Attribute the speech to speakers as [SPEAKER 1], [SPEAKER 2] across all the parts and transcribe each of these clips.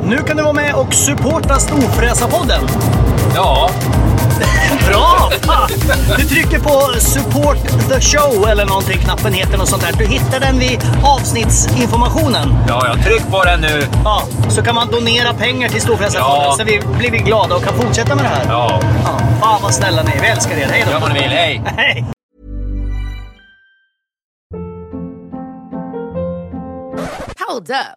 [SPEAKER 1] Nu kan du vara med och supporta Storfräsa-podden.
[SPEAKER 2] Ja,
[SPEAKER 1] Bra! Fan! Du trycker på support the show eller någonting, knappen heter något sånt där. Du hittar den vid avsnittsinformationen.
[SPEAKER 2] ja, ja. Tryck på den nu.
[SPEAKER 1] Ja, så kan man donera pengar till Storfräsarfonden
[SPEAKER 2] Ja.
[SPEAKER 1] så vi blir vi glada och kan fortsätta med det här.
[SPEAKER 2] Ja,
[SPEAKER 1] Ja, fan vad snälla ni är. Vi älskar er. Hej då!
[SPEAKER 2] gör vad ni vill. Hej!
[SPEAKER 1] Hej!
[SPEAKER 3] Hold up.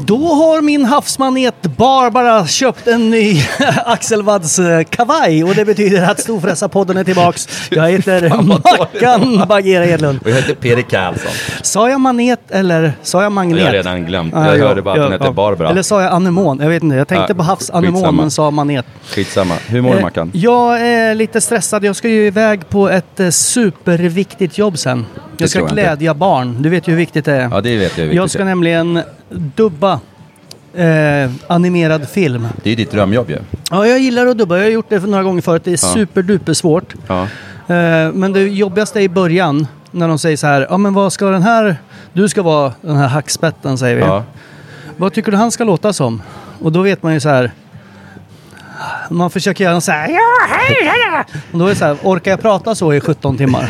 [SPEAKER 1] Då har min havsmanet Barbara köpt en ny Axel Wadds eh, kavaj och det betyder att Storfräsarpodden är tillbaks. Jag heter Mackan Bagheera Edlund.
[SPEAKER 4] Och jag heter Peder Karlsson.
[SPEAKER 1] Sa jag manet eller sa jag magnet? Ah,
[SPEAKER 4] Jag har redan glömt.
[SPEAKER 1] Ja,
[SPEAKER 4] Jag
[SPEAKER 1] ja,
[SPEAKER 4] hörde bara att
[SPEAKER 1] ja,
[SPEAKER 4] den hette
[SPEAKER 1] ja.
[SPEAKER 4] Barbara.
[SPEAKER 1] Eller sa jag anemon? Jag vet inte. Jag tänkte
[SPEAKER 4] Ja,
[SPEAKER 1] på havsanemon
[SPEAKER 4] skitsamma.
[SPEAKER 1] men sa manet.
[SPEAKER 4] Skitsamma. Hur mår du Mackan?
[SPEAKER 1] Eh, Jag är lite stressad. Jag ska ju iväg på ett eh, superviktigt jobb sen. Jag ska
[SPEAKER 4] tror jag inte.
[SPEAKER 1] glädja barn. Du vet ju hur viktigt det är.
[SPEAKER 4] Ja, det vet jag hur
[SPEAKER 1] jag
[SPEAKER 4] viktigt
[SPEAKER 1] ska
[SPEAKER 4] det är.
[SPEAKER 1] nämligen dubba eh, animerad film.
[SPEAKER 4] Det är ju ditt drömjobb ju.
[SPEAKER 1] Ja, jag gillar att dubba. Jag har gjort det några gånger förut. Det är
[SPEAKER 4] Ja.
[SPEAKER 1] superduper svårt.
[SPEAKER 4] Ja.
[SPEAKER 1] Eh, Men det jobbigaste är i början när de säger så här, ja men vad ska den här, du ska vara den här hackspetten säger vi.
[SPEAKER 4] ja.
[SPEAKER 1] Vad tycker du han ska låta som? Och då vet man ju så här, man försöker göra en så här, ja hej hej. Och då är det så här, orkar jag prata så i 17 timmar?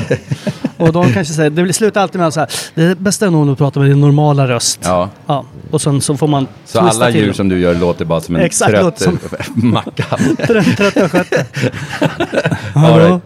[SPEAKER 1] Och de kanske säger, det blir- slutar alltid med så här, det bästa är nog om du pratar med din normala röst.
[SPEAKER 4] Ja.
[SPEAKER 1] ja. Och sen så får man
[SPEAKER 4] Så
[SPEAKER 1] twista
[SPEAKER 4] alla
[SPEAKER 1] till
[SPEAKER 4] djur
[SPEAKER 1] det.
[SPEAKER 4] som du gör låter bara som en
[SPEAKER 1] Exakt,
[SPEAKER 4] trött
[SPEAKER 1] låter som-
[SPEAKER 4] macka.
[SPEAKER 1] Trött- Trötta skötte.
[SPEAKER 4] All right.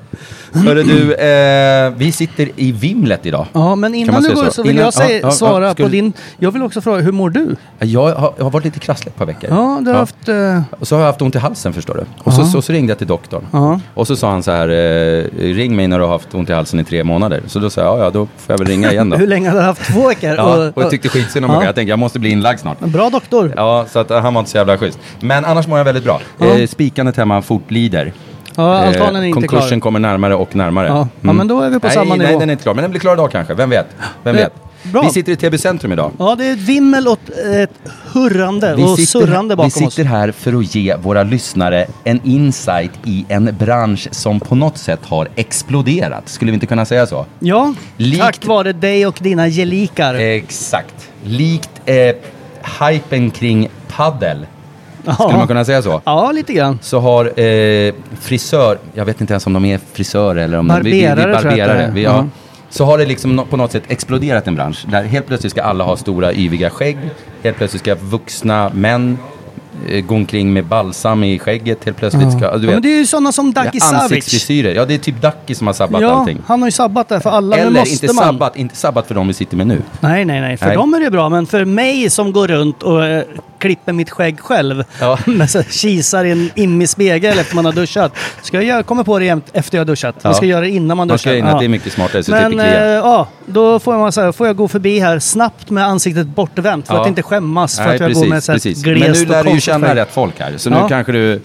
[SPEAKER 4] Hörru du, eh, vi sitter i vimlet idag.
[SPEAKER 1] Ja, men innan
[SPEAKER 4] man
[SPEAKER 1] du
[SPEAKER 4] säga
[SPEAKER 1] går
[SPEAKER 4] så?
[SPEAKER 1] så vill
[SPEAKER 4] Innan-
[SPEAKER 1] jag säga,
[SPEAKER 4] ja, ja, ja,
[SPEAKER 1] svara
[SPEAKER 4] ska
[SPEAKER 1] på
[SPEAKER 4] du-
[SPEAKER 1] din... Jag vill också fråga, hur mår du?
[SPEAKER 4] Jag har, jag har varit lite krasslig ett par veckor.
[SPEAKER 1] Ja, du har haft... eh,
[SPEAKER 4] Och så har jag haft ont i halsen förstår du. Och så, så, så ringde jag till doktorn.
[SPEAKER 1] Ja.
[SPEAKER 4] Och så sa han så här, eh, ring mig när du har haft ont i halsen i tre månader. Så då sa jag, ja, ja då får jag väl ringa igen då.
[SPEAKER 1] Hur länge har du haft? Två veckor?
[SPEAKER 4] Ja, och jag tyckte skitsynd om mig
[SPEAKER 1] Ja.
[SPEAKER 4] själv. Jag tänkte jag måste bli inlagd snart.
[SPEAKER 1] Bra doktor. Ja,
[SPEAKER 4] Ja, så att eh, han var inte så jävla schysst. Men annars mår jag väldigt bra.
[SPEAKER 1] Ja.
[SPEAKER 4] Eh, spikandet hemma fortlider.
[SPEAKER 1] altanen är inte
[SPEAKER 4] Eh, konkursen
[SPEAKER 1] klar.
[SPEAKER 4] kommer närmare och närmare. Mm.
[SPEAKER 1] Ja. Ja, men då är vi på
[SPEAKER 4] nej,
[SPEAKER 1] samma
[SPEAKER 4] nej,
[SPEAKER 1] nivå.
[SPEAKER 4] den är inte klar. Men den blir klar idag kanske. Vem vet? Vem
[SPEAKER 1] Eh,
[SPEAKER 4] vet?
[SPEAKER 1] bra.
[SPEAKER 4] Vi sitter i Täby centrum idag.
[SPEAKER 1] Ja, det är ett vimmel och ett hurrande och surrande
[SPEAKER 4] vi
[SPEAKER 1] bakom oss.
[SPEAKER 4] sitter här för att ge våra lyssnare en insight i en bransch som på något sätt har exploderat. Skulle vi inte kunna säga så?
[SPEAKER 1] Ja,
[SPEAKER 4] Likt- Eh,
[SPEAKER 1] tack vare dig och dina gelikar.
[SPEAKER 4] Exakt. Likt eh, hypen kring paddel. Skulle man kunna säga så?
[SPEAKER 1] Ja, lite grann.
[SPEAKER 4] så har eh, frisör, jag vet inte ens om de är frisörer eller om de, vi, vi,
[SPEAKER 1] Barberare,
[SPEAKER 4] vi
[SPEAKER 1] tror jag att det
[SPEAKER 4] barberare.
[SPEAKER 1] är.
[SPEAKER 4] Vi, ja.
[SPEAKER 1] Mm.
[SPEAKER 4] Så har det liksom nå- på något sätt exploderat en bransch. Där helt plötsligt ska alla ha stora yviga skägg. Helt plötsligt ska vuxna män eh, gå omkring med balsam i skägget. Helt plötsligt ska, du
[SPEAKER 1] ja, men
[SPEAKER 4] vet,
[SPEAKER 1] det är ju sådana som Daki
[SPEAKER 4] ja,
[SPEAKER 1] Savic.
[SPEAKER 4] ansiktsfrisyrer. Ja, det är typ Ducky som har sabbat
[SPEAKER 1] Ja,
[SPEAKER 4] allting.
[SPEAKER 1] han har ju sabbat det här för alla. men
[SPEAKER 4] Eller
[SPEAKER 1] måste
[SPEAKER 4] inte
[SPEAKER 1] man?
[SPEAKER 4] sabbat, inte sabbat för de vi sitter med nu.
[SPEAKER 1] Nej, nej, nej. För
[SPEAKER 4] Nej.
[SPEAKER 1] dem är det bra, men för mig som går runt och eh, klipper mitt skägg själv.
[SPEAKER 4] Ja.
[SPEAKER 1] Med så här kisar i en immig spegel efter man har duschat. Ska jag göra- komma på det jämt efter jag har duschat. Man
[SPEAKER 4] Ja.
[SPEAKER 1] ska göra det innan man
[SPEAKER 4] Man ska
[SPEAKER 1] duschar.
[SPEAKER 4] in
[SPEAKER 1] Ja.
[SPEAKER 4] att det är mycket smartare, så
[SPEAKER 1] Men
[SPEAKER 4] typ
[SPEAKER 1] eh,
[SPEAKER 4] Ikea.
[SPEAKER 1] ja, då får, man, så här, får jag gå förbi här snabbt med ansiktet bortvänt för
[SPEAKER 4] Ja.
[SPEAKER 1] att inte skämmas för
[SPEAKER 4] Nej,
[SPEAKER 1] att jag går med så här
[SPEAKER 4] precis.
[SPEAKER 1] glest
[SPEAKER 4] Men nu lär
[SPEAKER 1] och
[SPEAKER 4] du ju
[SPEAKER 1] konstigt
[SPEAKER 4] känna
[SPEAKER 1] skägg.
[SPEAKER 4] rätt folk här. Så
[SPEAKER 1] Ja.
[SPEAKER 4] nu, kanske du,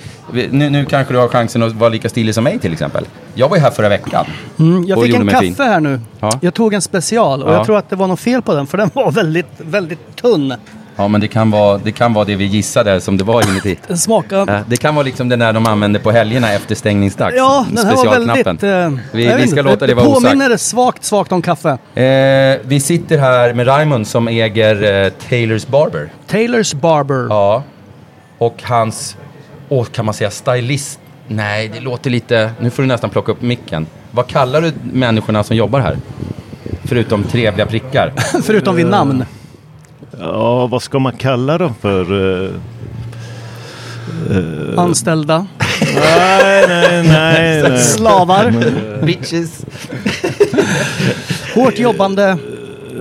[SPEAKER 4] nu, nu kanske du har chansen att vara lika stilig som mig till exempel. Jag var ju här förra veckan.
[SPEAKER 1] Mm, Jag
[SPEAKER 4] och
[SPEAKER 1] fick
[SPEAKER 4] gjorde
[SPEAKER 1] en
[SPEAKER 4] mig
[SPEAKER 1] kaffe
[SPEAKER 4] fin.
[SPEAKER 1] här nu.
[SPEAKER 4] Ja.
[SPEAKER 1] Jag tog en special och
[SPEAKER 4] Ja.
[SPEAKER 1] jag tror att det var något fel på den för den var väldigt, väldigt tunn.
[SPEAKER 4] Ja, men det kan vara det, kan vara det vi gissade som det var inuti.
[SPEAKER 1] Den smakar...
[SPEAKER 4] Ja, Det kan vara liksom den där de använder på helgerna efter stängningsdags.
[SPEAKER 1] Ja, den här var väldigt... eh, jag
[SPEAKER 4] vi,
[SPEAKER 1] vet
[SPEAKER 4] vi ska
[SPEAKER 1] inte,
[SPEAKER 4] låta det vara osagt.
[SPEAKER 1] påminner svagt, svagt om kaffe.
[SPEAKER 4] Eh, vi sitter här med Raymond som äger eh, Taylors Barber.
[SPEAKER 1] Taylors Barber.
[SPEAKER 4] Ja. Och hans, åh, kan man säga stylist? Nej, det låter lite, nu får du nästan plocka upp micken. Vad kallar du människorna som jobbar här? Förutom trevliga prickar.
[SPEAKER 1] Förutom vid namn.
[SPEAKER 5] Ja, vad ska man kalla dem för? eh?
[SPEAKER 1] Anställda.
[SPEAKER 5] Nej, nej, nej. nej.
[SPEAKER 1] Slavar.
[SPEAKER 4] Bitches.
[SPEAKER 1] Hårt jobbande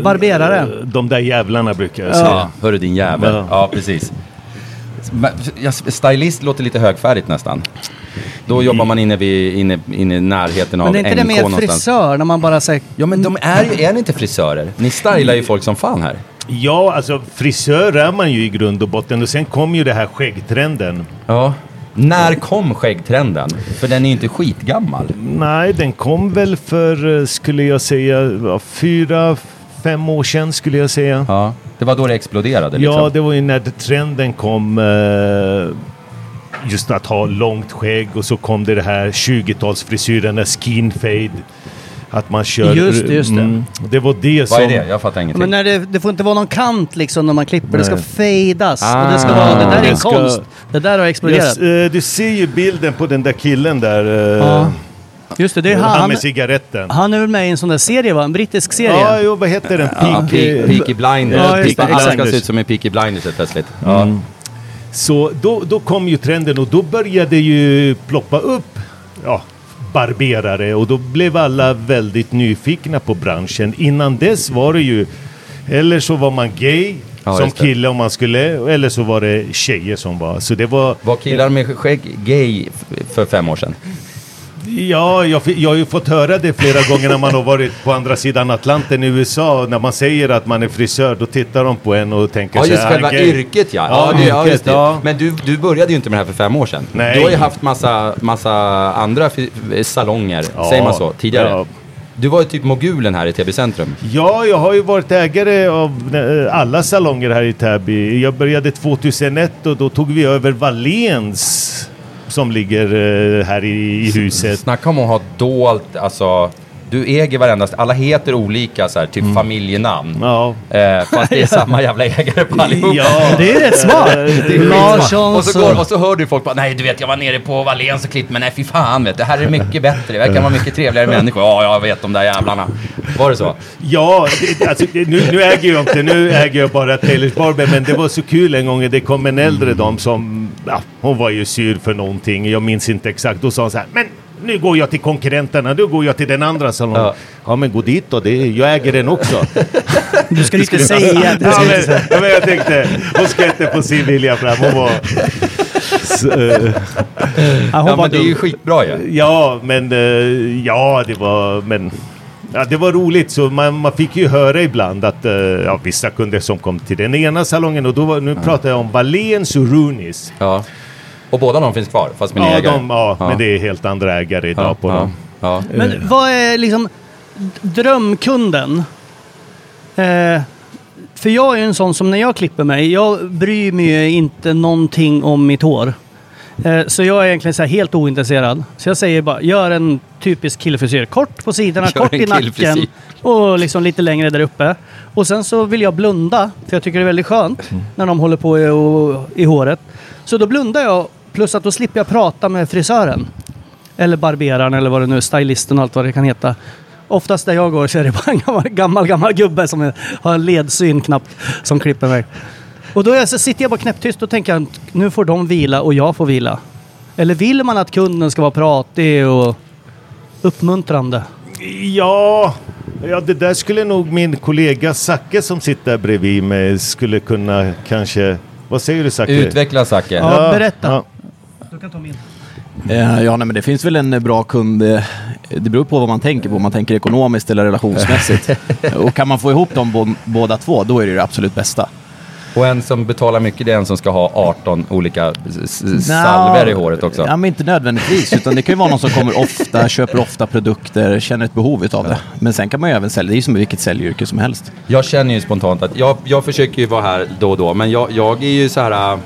[SPEAKER 1] barberare.
[SPEAKER 5] De där jävlarna brukar jag säga.
[SPEAKER 4] Ja, hörru din jävel.
[SPEAKER 5] Ja.
[SPEAKER 4] Ja, precis. Men, ja, Stylist låter lite högfärdigt nästan. Då jobbar man inne, vid, inne, inne i närheten av
[SPEAKER 1] Mm. Men är inte det
[SPEAKER 4] NK
[SPEAKER 1] mer
[SPEAKER 4] någonstans.
[SPEAKER 1] frisör när man bara säger...
[SPEAKER 4] Ja, men de är ju, är ni inte frisörer? Ni stylar ju folk som fan här.
[SPEAKER 5] Ja, alltså frisör är man ju i grund och botten och sen kom ju det här skäggtrenden.
[SPEAKER 4] Ja. När kom skäggtrenden? För den är ju inte skitgammal.
[SPEAKER 5] Nej, den kom väl för, eh, skulle jag säga, ja, fyra, fem år sedan skulle jag säga.
[SPEAKER 4] Ja. Det var då det exploderade liksom.
[SPEAKER 5] Ja, det var ju när det- trenden kom. eh, Just att ha långt skägg och så kom det det här 20-talsfrisyren, skin fade. Att man kör... Mm.
[SPEAKER 1] Just det, just det.
[SPEAKER 5] det var det som...
[SPEAKER 4] Vad är det? Jag fattar ingenting.
[SPEAKER 1] Men när det, det får inte vara någon kant liksom när man klipper. Det ska
[SPEAKER 5] Nej.
[SPEAKER 1] fejdas.
[SPEAKER 4] Ah.
[SPEAKER 1] och det ska vara... Det där är en
[SPEAKER 5] Det ska-
[SPEAKER 1] konst. Det där har exploderat.
[SPEAKER 5] Yes, eh, du ser ju bilden på den där killen där. eh,
[SPEAKER 1] Ja. Just det, det är
[SPEAKER 5] Han
[SPEAKER 1] han.
[SPEAKER 5] med cigaretten.
[SPEAKER 1] Han är väl med i en sån där serie va? En brittisk serie.
[SPEAKER 5] Ja, jo, vad heter den?
[SPEAKER 4] Ja,
[SPEAKER 5] Peak,
[SPEAKER 4] Pe- Peaky Blinders.
[SPEAKER 1] Ja,
[SPEAKER 4] Peaky
[SPEAKER 1] just det,
[SPEAKER 4] Alla ska
[SPEAKER 5] exakt.
[SPEAKER 4] se ut som en Peaky Blinders helt plötsligt. Ja.
[SPEAKER 5] Ja. Så då, då kom ju trenden och då började ju ploppa upp ja, barberare och då blev alla väldigt nyfikna på branschen. Innan dess var det ju, eller så var man gay
[SPEAKER 4] Ja,
[SPEAKER 5] som
[SPEAKER 4] just det.
[SPEAKER 5] kille om man skulle, eller så var det tjejer som var. Så det var...
[SPEAKER 4] Var killar med skägg gay f- för fem år sedan?
[SPEAKER 5] Ja, jag, fi- jag har ju fått höra det flera gånger när man har varit på andra sidan Atlanten i USA. När man säger att man är frisör, då tittar de på en och tänker
[SPEAKER 4] Ja,
[SPEAKER 5] så
[SPEAKER 4] just
[SPEAKER 5] här,
[SPEAKER 4] själva
[SPEAKER 5] gay.
[SPEAKER 4] yrket ja.
[SPEAKER 5] Ja,
[SPEAKER 4] ja, du, ja
[SPEAKER 5] yrket,
[SPEAKER 4] just det.
[SPEAKER 5] ja.
[SPEAKER 4] Men du, du började ju inte med det här för fem år sedan.
[SPEAKER 5] Nej.
[SPEAKER 4] Du har ju haft massa, massa andra fi- salonger,
[SPEAKER 5] Ja.
[SPEAKER 4] säger man så, tidigare.
[SPEAKER 5] Ja.
[SPEAKER 4] Du var ju typ mogulen här i Täby centrum.
[SPEAKER 5] Ja, jag har ju varit ägare av eh, alla salonger här i Täby. Jag började 2001 och då tog vi över Valens som ligger eh, här i, i huset.
[SPEAKER 4] Snacka om att ha dolt, alltså. Du äger varenda, alla heter olika så här,
[SPEAKER 5] Mm.
[SPEAKER 4] typ familjenamn.
[SPEAKER 5] Ja.
[SPEAKER 4] Eh, fast det är samma jävla ägare på allihopa.
[SPEAKER 5] Ja,
[SPEAKER 1] Det är rätt smart. Larsson
[SPEAKER 4] Och så, går, och så hör du folk bara, nej du vet jag var nere på Valens och klippte men nej fy fan vet du, här är det mycket bättre, det verkar vara mycket trevligare människor. Ja, jag vet de där jävlarna. Var det så?
[SPEAKER 5] ja det, alltså, det, nu, nu äger jag inte, nu äger jag bara Taylors Barber, men det var så kul en gång, det kom en äldre dam som, ja, hon var ju sur för någonting, jag minns inte exakt, då sa hon så här, men nu går jag till konkurrenterna, nu går jag till den andra salongen. Ja,
[SPEAKER 4] Ja.
[SPEAKER 5] men gå dit då, det, jag äger den också.
[SPEAKER 1] Du ska inte säga att
[SPEAKER 5] Ja, men, ja, men jag tänkte, hon ska inte få sin vilja fram. Hon var... Så, eh,
[SPEAKER 1] ja, hon var
[SPEAKER 4] Ja men det är ju
[SPEAKER 1] dum.
[SPEAKER 4] skitbra ju.
[SPEAKER 5] ja, men eh, ja, det var... Men, ja, det var roligt, så man, man fick ju höra ibland att eh, ja, vissa kunder som kom till den ena salongen och då var, nu pratar jag om Valens och Runis.
[SPEAKER 4] Ja. Och båda de finns kvar, fast med
[SPEAKER 5] Ja,
[SPEAKER 4] nya ägare.
[SPEAKER 5] de, ja, men det är helt andra ägare idag på
[SPEAKER 4] ja,
[SPEAKER 5] dem.
[SPEAKER 4] ja.
[SPEAKER 1] Men vad är liksom d- drömkunden? Eh, för jag är ju en sån som när jag klipper mig, jag bryr mig ju inte någonting om mitt hår. Eh, Så jag är egentligen så här helt ointresserad. Så jag säger bara, gör en typisk killfrisyr. Kort på sidorna,
[SPEAKER 4] Gör
[SPEAKER 1] kort
[SPEAKER 4] en
[SPEAKER 1] i nacken
[SPEAKER 4] killfrisyr.
[SPEAKER 1] och liksom lite längre där uppe. Och sen så vill jag blunda, för jag tycker det är väldigt skönt
[SPEAKER 4] Mm.
[SPEAKER 1] när de håller på i, och, i håret. Så då blundar jag, plus att då slipper jag prata med frisören. Eller barberaren eller vad det nu är, stylisten och allt vad det kan heta. Oftast där jag går så är det bara en gammal, gammal, gammal gubbe som är, har en ledsyn knappt som klipper mig. Och då är jag, så sitter jag bara knäpptyst och tänker att nu får de vila och jag får vila. Eller vill man att kunden ska vara pratig och uppmuntrande?
[SPEAKER 5] Ja, ja, det där skulle nog min kollega Zacke som sitter bredvid mig skulle kunna kanske Vad säger du Zacke?
[SPEAKER 4] Utveckla Zacke.
[SPEAKER 1] Ja. berätta.
[SPEAKER 5] ja.
[SPEAKER 1] Du kan ta min.
[SPEAKER 6] Eh, Ja, nej, men det finns väl en bra kund. eh, Det beror på vad man tänker på, om man tänker ekonomiskt eller relationsmässigt. och kan man få ihop dem bå- båda två, då är det det absolut bästa.
[SPEAKER 4] Och en som betalar mycket, det är en som ska ha 18 olika s- s- salver i håret också.
[SPEAKER 6] Ja, men inte nödvändigtvis, utan det kan ju vara någon som kommer ofta, köper ofta produkter, känner ett behov av det. Men sen kan man ju även sälja, det är ju som vilket säljyrke som helst.
[SPEAKER 4] Jag känner ju spontant att jag, jag försöker ju vara här då och då, men jag, jag är ju så här... äh,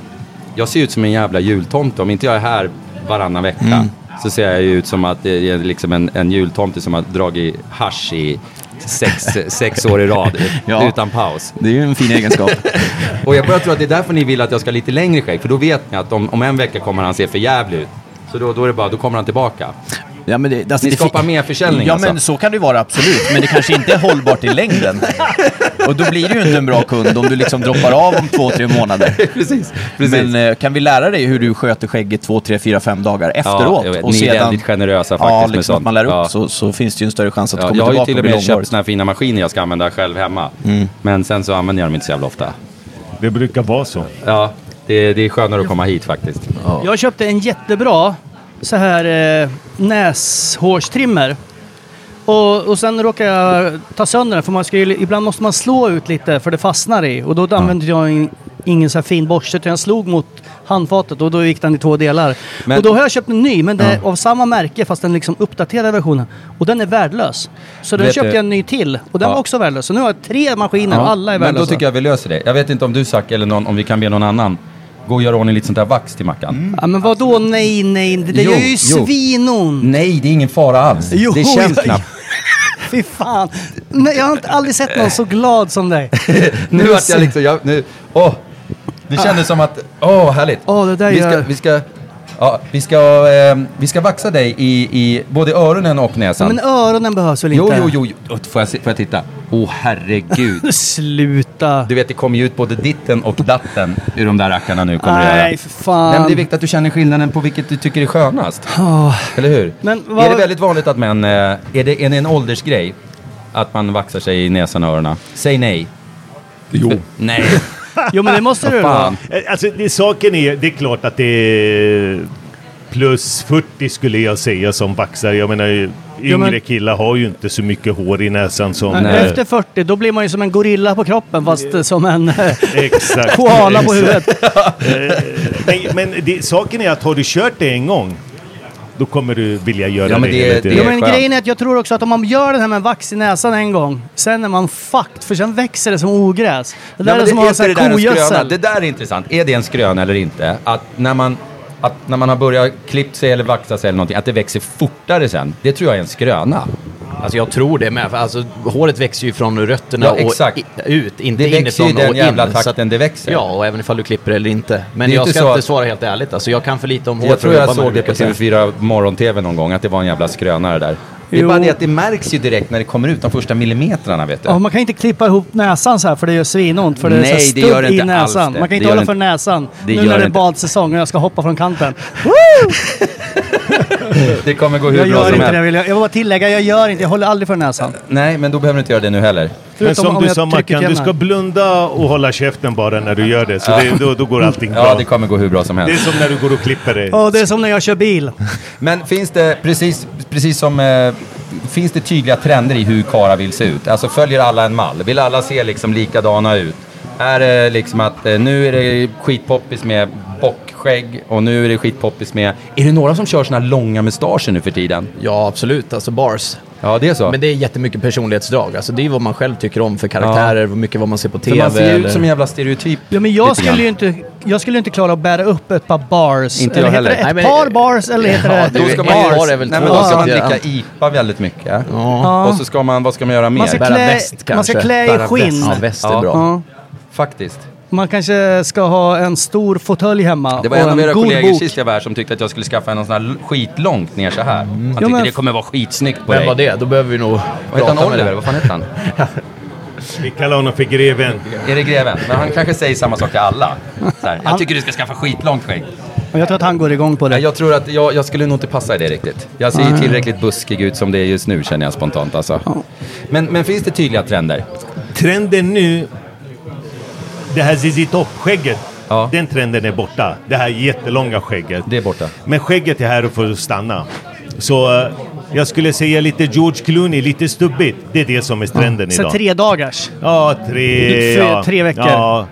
[SPEAKER 4] Jag ser ut som en jävla jultomte. Om inte jag är här varannan vecka
[SPEAKER 6] Mm.
[SPEAKER 4] så ser jag ju ut som att det är liksom en, en jultomte som har dragit hasch i sex, sex år i rad
[SPEAKER 6] Ja.
[SPEAKER 4] utan paus.
[SPEAKER 6] Det är ju en fin egenskap.
[SPEAKER 4] Och jag börjar tro att det är därför ni vill att jag ska ha lite längre skägg, för då vet ni att om, om en vecka kommer han se för jävligt ut. Så då, då är det bara, då kommer han tillbaka.
[SPEAKER 6] Ja, men det, alltså,
[SPEAKER 4] Ni
[SPEAKER 6] det fi-
[SPEAKER 4] skapar mer försäljning
[SPEAKER 6] Ja,
[SPEAKER 4] alltså.
[SPEAKER 6] men så kan det ju vara absolut. Men det kanske inte är hållbart i längden. Och då blir du ju inte en bra kund om du liksom droppar av om två, tre månader.
[SPEAKER 4] precis, precis.
[SPEAKER 6] Men eh, kan vi lära dig hur du sköter skägget två, tre, fyra, fem dagar efteråt?
[SPEAKER 4] jag vet. Ni är väldigt generösa faktiskt
[SPEAKER 6] ja,
[SPEAKER 4] med
[SPEAKER 6] liksom att
[SPEAKER 4] sånt.
[SPEAKER 6] man lär upp
[SPEAKER 4] Ja.
[SPEAKER 6] så, så finns det ju en större chans att
[SPEAKER 4] Ja,
[SPEAKER 6] komma
[SPEAKER 4] jag har ju
[SPEAKER 6] tillbaka Mm.
[SPEAKER 4] till och
[SPEAKER 6] bli
[SPEAKER 4] med köpt
[SPEAKER 6] långvarig.
[SPEAKER 4] såna här fina maskiner jag ska använda själv hemma. Men sen så använder jag dem inte så jävla ofta.
[SPEAKER 5] Det brukar vara så.
[SPEAKER 4] Ja, det, det är skönare att komma hit faktiskt.
[SPEAKER 1] Jag köpte en jättebra så här eh, näshårstrimmer. Och, och sen råkade jag ta sönder den för man ska ju, ibland måste man slå ut lite för det fastnar i. Och då använde jag in, ingen så här fin borste utan jag slog mot handfatet och då gick den i två delar.
[SPEAKER 4] Men-
[SPEAKER 1] och då har jag köpt en ny men det är av samma märke fast den liksom uppdaterade versionen. Och den är värdelös. Så den
[SPEAKER 4] Vet
[SPEAKER 1] köpte
[SPEAKER 4] du-
[SPEAKER 1] jag en ny till och den
[SPEAKER 4] Ja.
[SPEAKER 1] var också värdelös. Så nu har jag tre maskiner och alla är
[SPEAKER 4] Men
[SPEAKER 1] värdelösa.
[SPEAKER 4] då tycker jag vi löser det. Jag vet inte om du Zack eller någon, om vi kan be någon annan gå och göra ordning lite sånt där vax till mackan.
[SPEAKER 1] Ja, men vadå nej nej, det, det
[SPEAKER 4] Jo,
[SPEAKER 1] gör ju
[SPEAKER 4] jo.
[SPEAKER 1] svinont.
[SPEAKER 4] Nej, det är ingen fara alls.
[SPEAKER 1] Jo,
[SPEAKER 4] det känns
[SPEAKER 1] jag-
[SPEAKER 4] knappt.
[SPEAKER 1] Fy fan. Nej, jag har inte- aldrig sett någon så glad som dig.
[SPEAKER 4] Nu vart jag liksom, jag, nu, åh. Det kändes som att, åh härligt.
[SPEAKER 1] Ah. Åh, det där
[SPEAKER 4] vi ska,
[SPEAKER 1] gör-
[SPEAKER 4] vi ska, ja, vi ska, ehm, vi ska vaxa dig i, i både öronen och näsan.
[SPEAKER 1] Men öronen behövs väl
[SPEAKER 4] jo,
[SPEAKER 1] inte?
[SPEAKER 4] jo, jo, jo. Får jag, se- får jag titta? Åh herregud.
[SPEAKER 1] Sluta.
[SPEAKER 4] Du vet, det kommer ju ut både ditten och datten ur de där rackarna nu kommer det
[SPEAKER 1] Nej,
[SPEAKER 4] göra.
[SPEAKER 1] för fan.
[SPEAKER 4] Nej, men det är viktigt att du känner skillnaden på vilket du tycker är skönast. Eller hur?
[SPEAKER 1] Men vad-
[SPEAKER 4] Är det väldigt vanligt att män... eh, Är det, är det en åldersgrej? Att man vaxar sig i näsan och öronen? Säg nej. Jo. Nej.
[SPEAKER 1] Jo, men det måste du
[SPEAKER 4] Fan.
[SPEAKER 1] vara.
[SPEAKER 5] Eh, Alltså, det, saken är, det är klart att det är plus 40 skulle jag säga som vaxar. Jag menar, ju, yngre
[SPEAKER 1] men-
[SPEAKER 5] killar har ju inte så mycket hår i näsan som... eh,
[SPEAKER 1] Efter 40, då blir man ju som en gorilla på kroppen fast eh, som en eh,
[SPEAKER 5] Exakt.
[SPEAKER 1] koala på
[SPEAKER 5] exakt.
[SPEAKER 1] huvudet.
[SPEAKER 5] Men, men det, saken är att har du kört det en gång, då kommer du vilja göra
[SPEAKER 4] Ja, men
[SPEAKER 5] det,
[SPEAKER 4] det-
[SPEAKER 5] hela tiden.
[SPEAKER 1] Jo,
[SPEAKER 4] är
[SPEAKER 1] men
[SPEAKER 4] skönt.
[SPEAKER 1] grejen är att jag tror också att om man gör den här med vax i näsan en gång, sen är man fucked för sen växer det som ogräs. Det där
[SPEAKER 4] Nej, men
[SPEAKER 1] är som att ha
[SPEAKER 4] inte
[SPEAKER 1] så här
[SPEAKER 4] det där en skröna.
[SPEAKER 1] kogödsel.
[SPEAKER 4] Det där är intressant. Är det en skröna eller inte? Att när man, att när man har börjat klippt sig eller vaxat sig eller någonting, att det växer fortare sen. Det tror jag är en skröna.
[SPEAKER 7] Alltså jag tror det med. För alltså, håret växer ju från rötterna
[SPEAKER 4] Ja, exakt.
[SPEAKER 7] och i, ut, inte
[SPEAKER 4] Det växer
[SPEAKER 7] inifrån
[SPEAKER 4] ju i den
[SPEAKER 7] och
[SPEAKER 4] jävla
[SPEAKER 7] in. Så
[SPEAKER 4] takten det växer.
[SPEAKER 7] Ja, och även ifall du klipper eller inte. Men
[SPEAKER 4] Det är
[SPEAKER 7] jag
[SPEAKER 4] inte
[SPEAKER 7] ska
[SPEAKER 4] så
[SPEAKER 7] inte
[SPEAKER 4] att-
[SPEAKER 7] svara helt ärligt. Alltså, jag kan för lite om hår
[SPEAKER 4] Jag
[SPEAKER 7] för
[SPEAKER 4] tror
[SPEAKER 7] att
[SPEAKER 4] jag
[SPEAKER 7] jobba med
[SPEAKER 4] såg det på
[SPEAKER 7] brukar jag säga.
[SPEAKER 4] TV4 morgon-tv någon gång, att det var en jävla skröna det där. Det är
[SPEAKER 1] Jo.
[SPEAKER 4] bara det att det märks ju direkt när det kommer ut, de första millimetrarna vet du.
[SPEAKER 1] Ja, man kan inte klippa ihop näsan så här för det gör svinont. För det är så här
[SPEAKER 4] Nej, det gör
[SPEAKER 1] stubb
[SPEAKER 4] inte
[SPEAKER 1] i
[SPEAKER 4] alls
[SPEAKER 1] näsan.
[SPEAKER 4] det.
[SPEAKER 1] Man kan
[SPEAKER 4] Det
[SPEAKER 1] inte
[SPEAKER 4] gör
[SPEAKER 1] hålla
[SPEAKER 4] inte-
[SPEAKER 1] för näsan
[SPEAKER 4] det
[SPEAKER 1] nu
[SPEAKER 4] gör
[SPEAKER 1] när det är
[SPEAKER 4] inte.
[SPEAKER 1] badsäsong och jag ska hoppa från kanten.
[SPEAKER 4] Det kommer gå hur
[SPEAKER 1] Jag
[SPEAKER 4] bra
[SPEAKER 1] gör
[SPEAKER 4] som
[SPEAKER 1] inte det jag
[SPEAKER 4] helst.
[SPEAKER 1] vill. Jag vill bara tillägga, jag gör inte. Jag håller aldrig för näsan.
[SPEAKER 4] Nej, men då behöver du inte göra det nu heller.
[SPEAKER 5] Men
[SPEAKER 1] Förutom
[SPEAKER 5] som
[SPEAKER 1] om
[SPEAKER 5] du
[SPEAKER 1] jag
[SPEAKER 5] sa
[SPEAKER 1] trycker
[SPEAKER 5] Mackan,
[SPEAKER 1] till
[SPEAKER 5] du
[SPEAKER 1] den
[SPEAKER 5] ska
[SPEAKER 1] här.
[SPEAKER 5] blunda och hålla käften bara när du gör det. Så det, då, då går allting
[SPEAKER 4] Ja,
[SPEAKER 5] bra.
[SPEAKER 4] det kommer gå hur bra som
[SPEAKER 5] Det är
[SPEAKER 4] helst.
[SPEAKER 5] som när du går och klipper dig.
[SPEAKER 1] Ja, det är som när jag kör bil.
[SPEAKER 4] Men finns det, precis, precis som, eh, finns det tydliga trender i hur karlar vill se ut? Alltså följer alla en mall? Vill alla se liksom likadana ut? Är det liksom att eh, nu är det skitpoppis med bockskägg och nu är det skitpoppis med... Är det några som kör såna här långa mustascher nu för tiden?
[SPEAKER 7] Ja, absolut. Alltså bars.
[SPEAKER 4] Ja, det är så.
[SPEAKER 7] Men det är jättemycket personlighetsdrag. Alltså, det är vad man själv tycker om för karaktärer, hur mycket vad man ser på
[SPEAKER 4] För
[SPEAKER 7] TV.
[SPEAKER 4] man ser ju
[SPEAKER 7] eller-
[SPEAKER 4] ut som en jävla stereotyp.
[SPEAKER 1] Ja, men jag
[SPEAKER 4] lite
[SPEAKER 1] skulle
[SPEAKER 4] grann.
[SPEAKER 1] ju inte, jag skulle inte klara att bära upp ett par bars.
[SPEAKER 4] Inte jag
[SPEAKER 1] eller heter
[SPEAKER 4] heller.
[SPEAKER 1] det ett
[SPEAKER 7] Nej, men-
[SPEAKER 1] par bars eller heter
[SPEAKER 7] Ja,
[SPEAKER 1] det...
[SPEAKER 7] du-
[SPEAKER 4] Då ska man,
[SPEAKER 7] Bars
[SPEAKER 4] ju-
[SPEAKER 7] har det väl
[SPEAKER 4] nej,
[SPEAKER 7] två
[SPEAKER 4] men då ska man
[SPEAKER 7] sidor.
[SPEAKER 4] dricka IPA väldigt mycket.
[SPEAKER 1] Ja.
[SPEAKER 4] Och så ska man, vad ska man göra mer?
[SPEAKER 1] Man ska
[SPEAKER 7] Bära
[SPEAKER 1] klä,
[SPEAKER 7] väst
[SPEAKER 1] man ska
[SPEAKER 7] kanske.
[SPEAKER 1] klä i
[SPEAKER 7] Bära
[SPEAKER 1] skinn.
[SPEAKER 7] väst. Ja, väst är
[SPEAKER 4] Ja.
[SPEAKER 7] bra.
[SPEAKER 1] Ja.
[SPEAKER 4] Faktiskt.
[SPEAKER 1] Man kanske ska ha en stor fåtölj hemma
[SPEAKER 4] Det var
[SPEAKER 1] och
[SPEAKER 4] en av era
[SPEAKER 1] en god
[SPEAKER 4] kollegor
[SPEAKER 1] bok.
[SPEAKER 4] sist jag var här som tyckte att jag skulle skaffa en sån här l- skitlångt ner så här. Han tyckte
[SPEAKER 1] men-
[SPEAKER 4] det kommer vara skitsnyggt på
[SPEAKER 7] Vem var
[SPEAKER 4] dig.
[SPEAKER 7] det? Då behöver vi nog
[SPEAKER 4] Vad hette
[SPEAKER 7] prata
[SPEAKER 4] han?
[SPEAKER 7] med
[SPEAKER 4] Oliver?
[SPEAKER 7] dig.
[SPEAKER 4] Vad fan hette han?
[SPEAKER 5] Vi kallar honom för greven.
[SPEAKER 4] Är det greven? Men han kanske säger samma sak till alla. Så här, jag tycker du ska skaffa skitlångt skägg.
[SPEAKER 1] Och Jag tror att han går igång på det.
[SPEAKER 4] Nej, Jag tror att jag, jag skulle nog inte passa i det riktigt. Jag ser ju tillräckligt buskig ut som det är just nu känner jag spontant alltså. Men, men finns det tydliga trender?
[SPEAKER 5] Trenden nu, det här ZZ Top-skägget.
[SPEAKER 4] Ja.
[SPEAKER 5] Den trenden är borta. Det här jättelånga skägget.
[SPEAKER 4] Det är borta.
[SPEAKER 5] Men skägget är här och får stanna. Så eh, jag skulle säga lite George Clooney, lite stubbigt. Det är det som är trenden
[SPEAKER 1] Så
[SPEAKER 5] idag.
[SPEAKER 1] tre dagars.
[SPEAKER 5] Ja, tre...
[SPEAKER 1] Tre-
[SPEAKER 5] ja.
[SPEAKER 1] tre veckor.
[SPEAKER 5] Ja.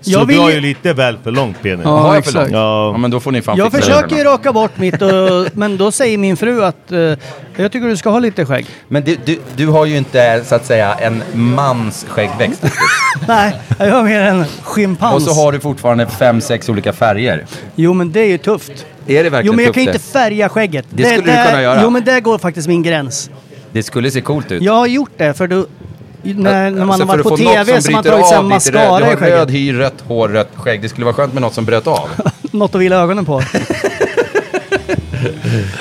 [SPEAKER 5] Så
[SPEAKER 1] Jag vill
[SPEAKER 5] du har
[SPEAKER 1] ju-
[SPEAKER 5] ju lite väl för långt, Peter.
[SPEAKER 1] Ja,
[SPEAKER 4] Har jag för
[SPEAKER 1] exakt.
[SPEAKER 4] långt?
[SPEAKER 5] Ja.
[SPEAKER 4] Ja, men då får ni fan
[SPEAKER 1] Jag
[SPEAKER 4] fixa
[SPEAKER 1] försöker
[SPEAKER 4] det.
[SPEAKER 1] ju raka bort mitt, och, men då säger min fru att eh, jag tycker du ska ha lite skägg.
[SPEAKER 4] Men du, du, du har ju inte, så att säga, en mans skäggväxt.
[SPEAKER 1] Nej, jag har mer en schimpans.
[SPEAKER 4] Och så har du fortfarande fem, sex olika färger.
[SPEAKER 1] Jo, men det är ju tufft.
[SPEAKER 4] Är det verkligen
[SPEAKER 1] Jo, men jag
[SPEAKER 4] tufft
[SPEAKER 1] kan ju
[SPEAKER 4] det?
[SPEAKER 1] inte färga skägget.
[SPEAKER 4] Det skulle du
[SPEAKER 1] där,
[SPEAKER 4] kunna göra.
[SPEAKER 1] Jo, men där går faktiskt min gräns.
[SPEAKER 4] Det skulle se coolt ut.
[SPEAKER 1] Jag har gjort det, för då... När, när man
[SPEAKER 4] Alltså,
[SPEAKER 1] har varit
[SPEAKER 4] för att
[SPEAKER 1] på
[SPEAKER 4] få något
[SPEAKER 1] TV
[SPEAKER 4] som
[SPEAKER 1] så har man
[SPEAKER 4] bryter
[SPEAKER 1] dragit
[SPEAKER 4] av
[SPEAKER 1] samma
[SPEAKER 4] ditt röd-
[SPEAKER 1] mascara i
[SPEAKER 4] Du har röd
[SPEAKER 1] skägget.
[SPEAKER 4] hy, rött hår, rött skägg. Det skulle vara skönt med något som bröt av.
[SPEAKER 1] Något att vila ögonen på.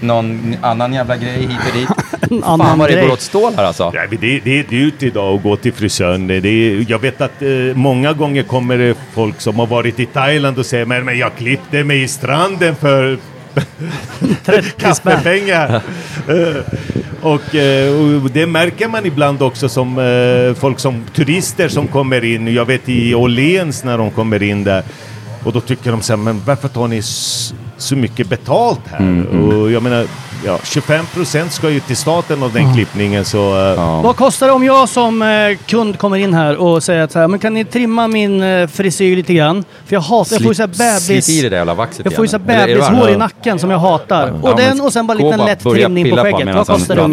[SPEAKER 4] någon annan jävla grej hit och dit. Fan
[SPEAKER 1] annan
[SPEAKER 4] vad det går
[SPEAKER 1] grej.
[SPEAKER 4] åt stål här alltså.
[SPEAKER 5] Ja, men det, det är dyrt idag att gå till frisören. Det, det är, jag vet att eh, många gånger kommer det folk som har varit i Thailand och säger men, men jag klippte mig i stranden för kaffepengar. Eh, och, eh, och det märker man ibland också som eh, folk som turister som kommer in. Jag vet i Åhléns när de kommer in där. Och då tycker de så här, men varför tar ni s- så mycket betalt här?
[SPEAKER 1] Mm, mm.
[SPEAKER 5] Och jag menar, ja, 25 procent ska ju till staten av den klippningen så... eh,
[SPEAKER 1] Vad kostar det om jag som eh, kund kommer in här och säger att så här, men kan ni trimma min eh, frisyr lite grann? För jag hatar, jag får ju så här
[SPEAKER 4] Slit-
[SPEAKER 1] bebis...
[SPEAKER 4] Slit i det där jävla vaxet
[SPEAKER 1] Jag får ju så här
[SPEAKER 4] igen. Eller är det
[SPEAKER 1] bebishår
[SPEAKER 4] varmt?
[SPEAKER 1] i nacken som jag hatar.
[SPEAKER 4] Ja,
[SPEAKER 1] Och den
[SPEAKER 4] men
[SPEAKER 1] och sen bara en
[SPEAKER 4] gå
[SPEAKER 1] liten
[SPEAKER 4] bara,
[SPEAKER 1] lätt
[SPEAKER 4] börja
[SPEAKER 1] trimning på
[SPEAKER 4] pilla på
[SPEAKER 1] skägget.
[SPEAKER 4] medan
[SPEAKER 1] Vad
[SPEAKER 4] han
[SPEAKER 1] kostar det
[SPEAKER 4] pratar.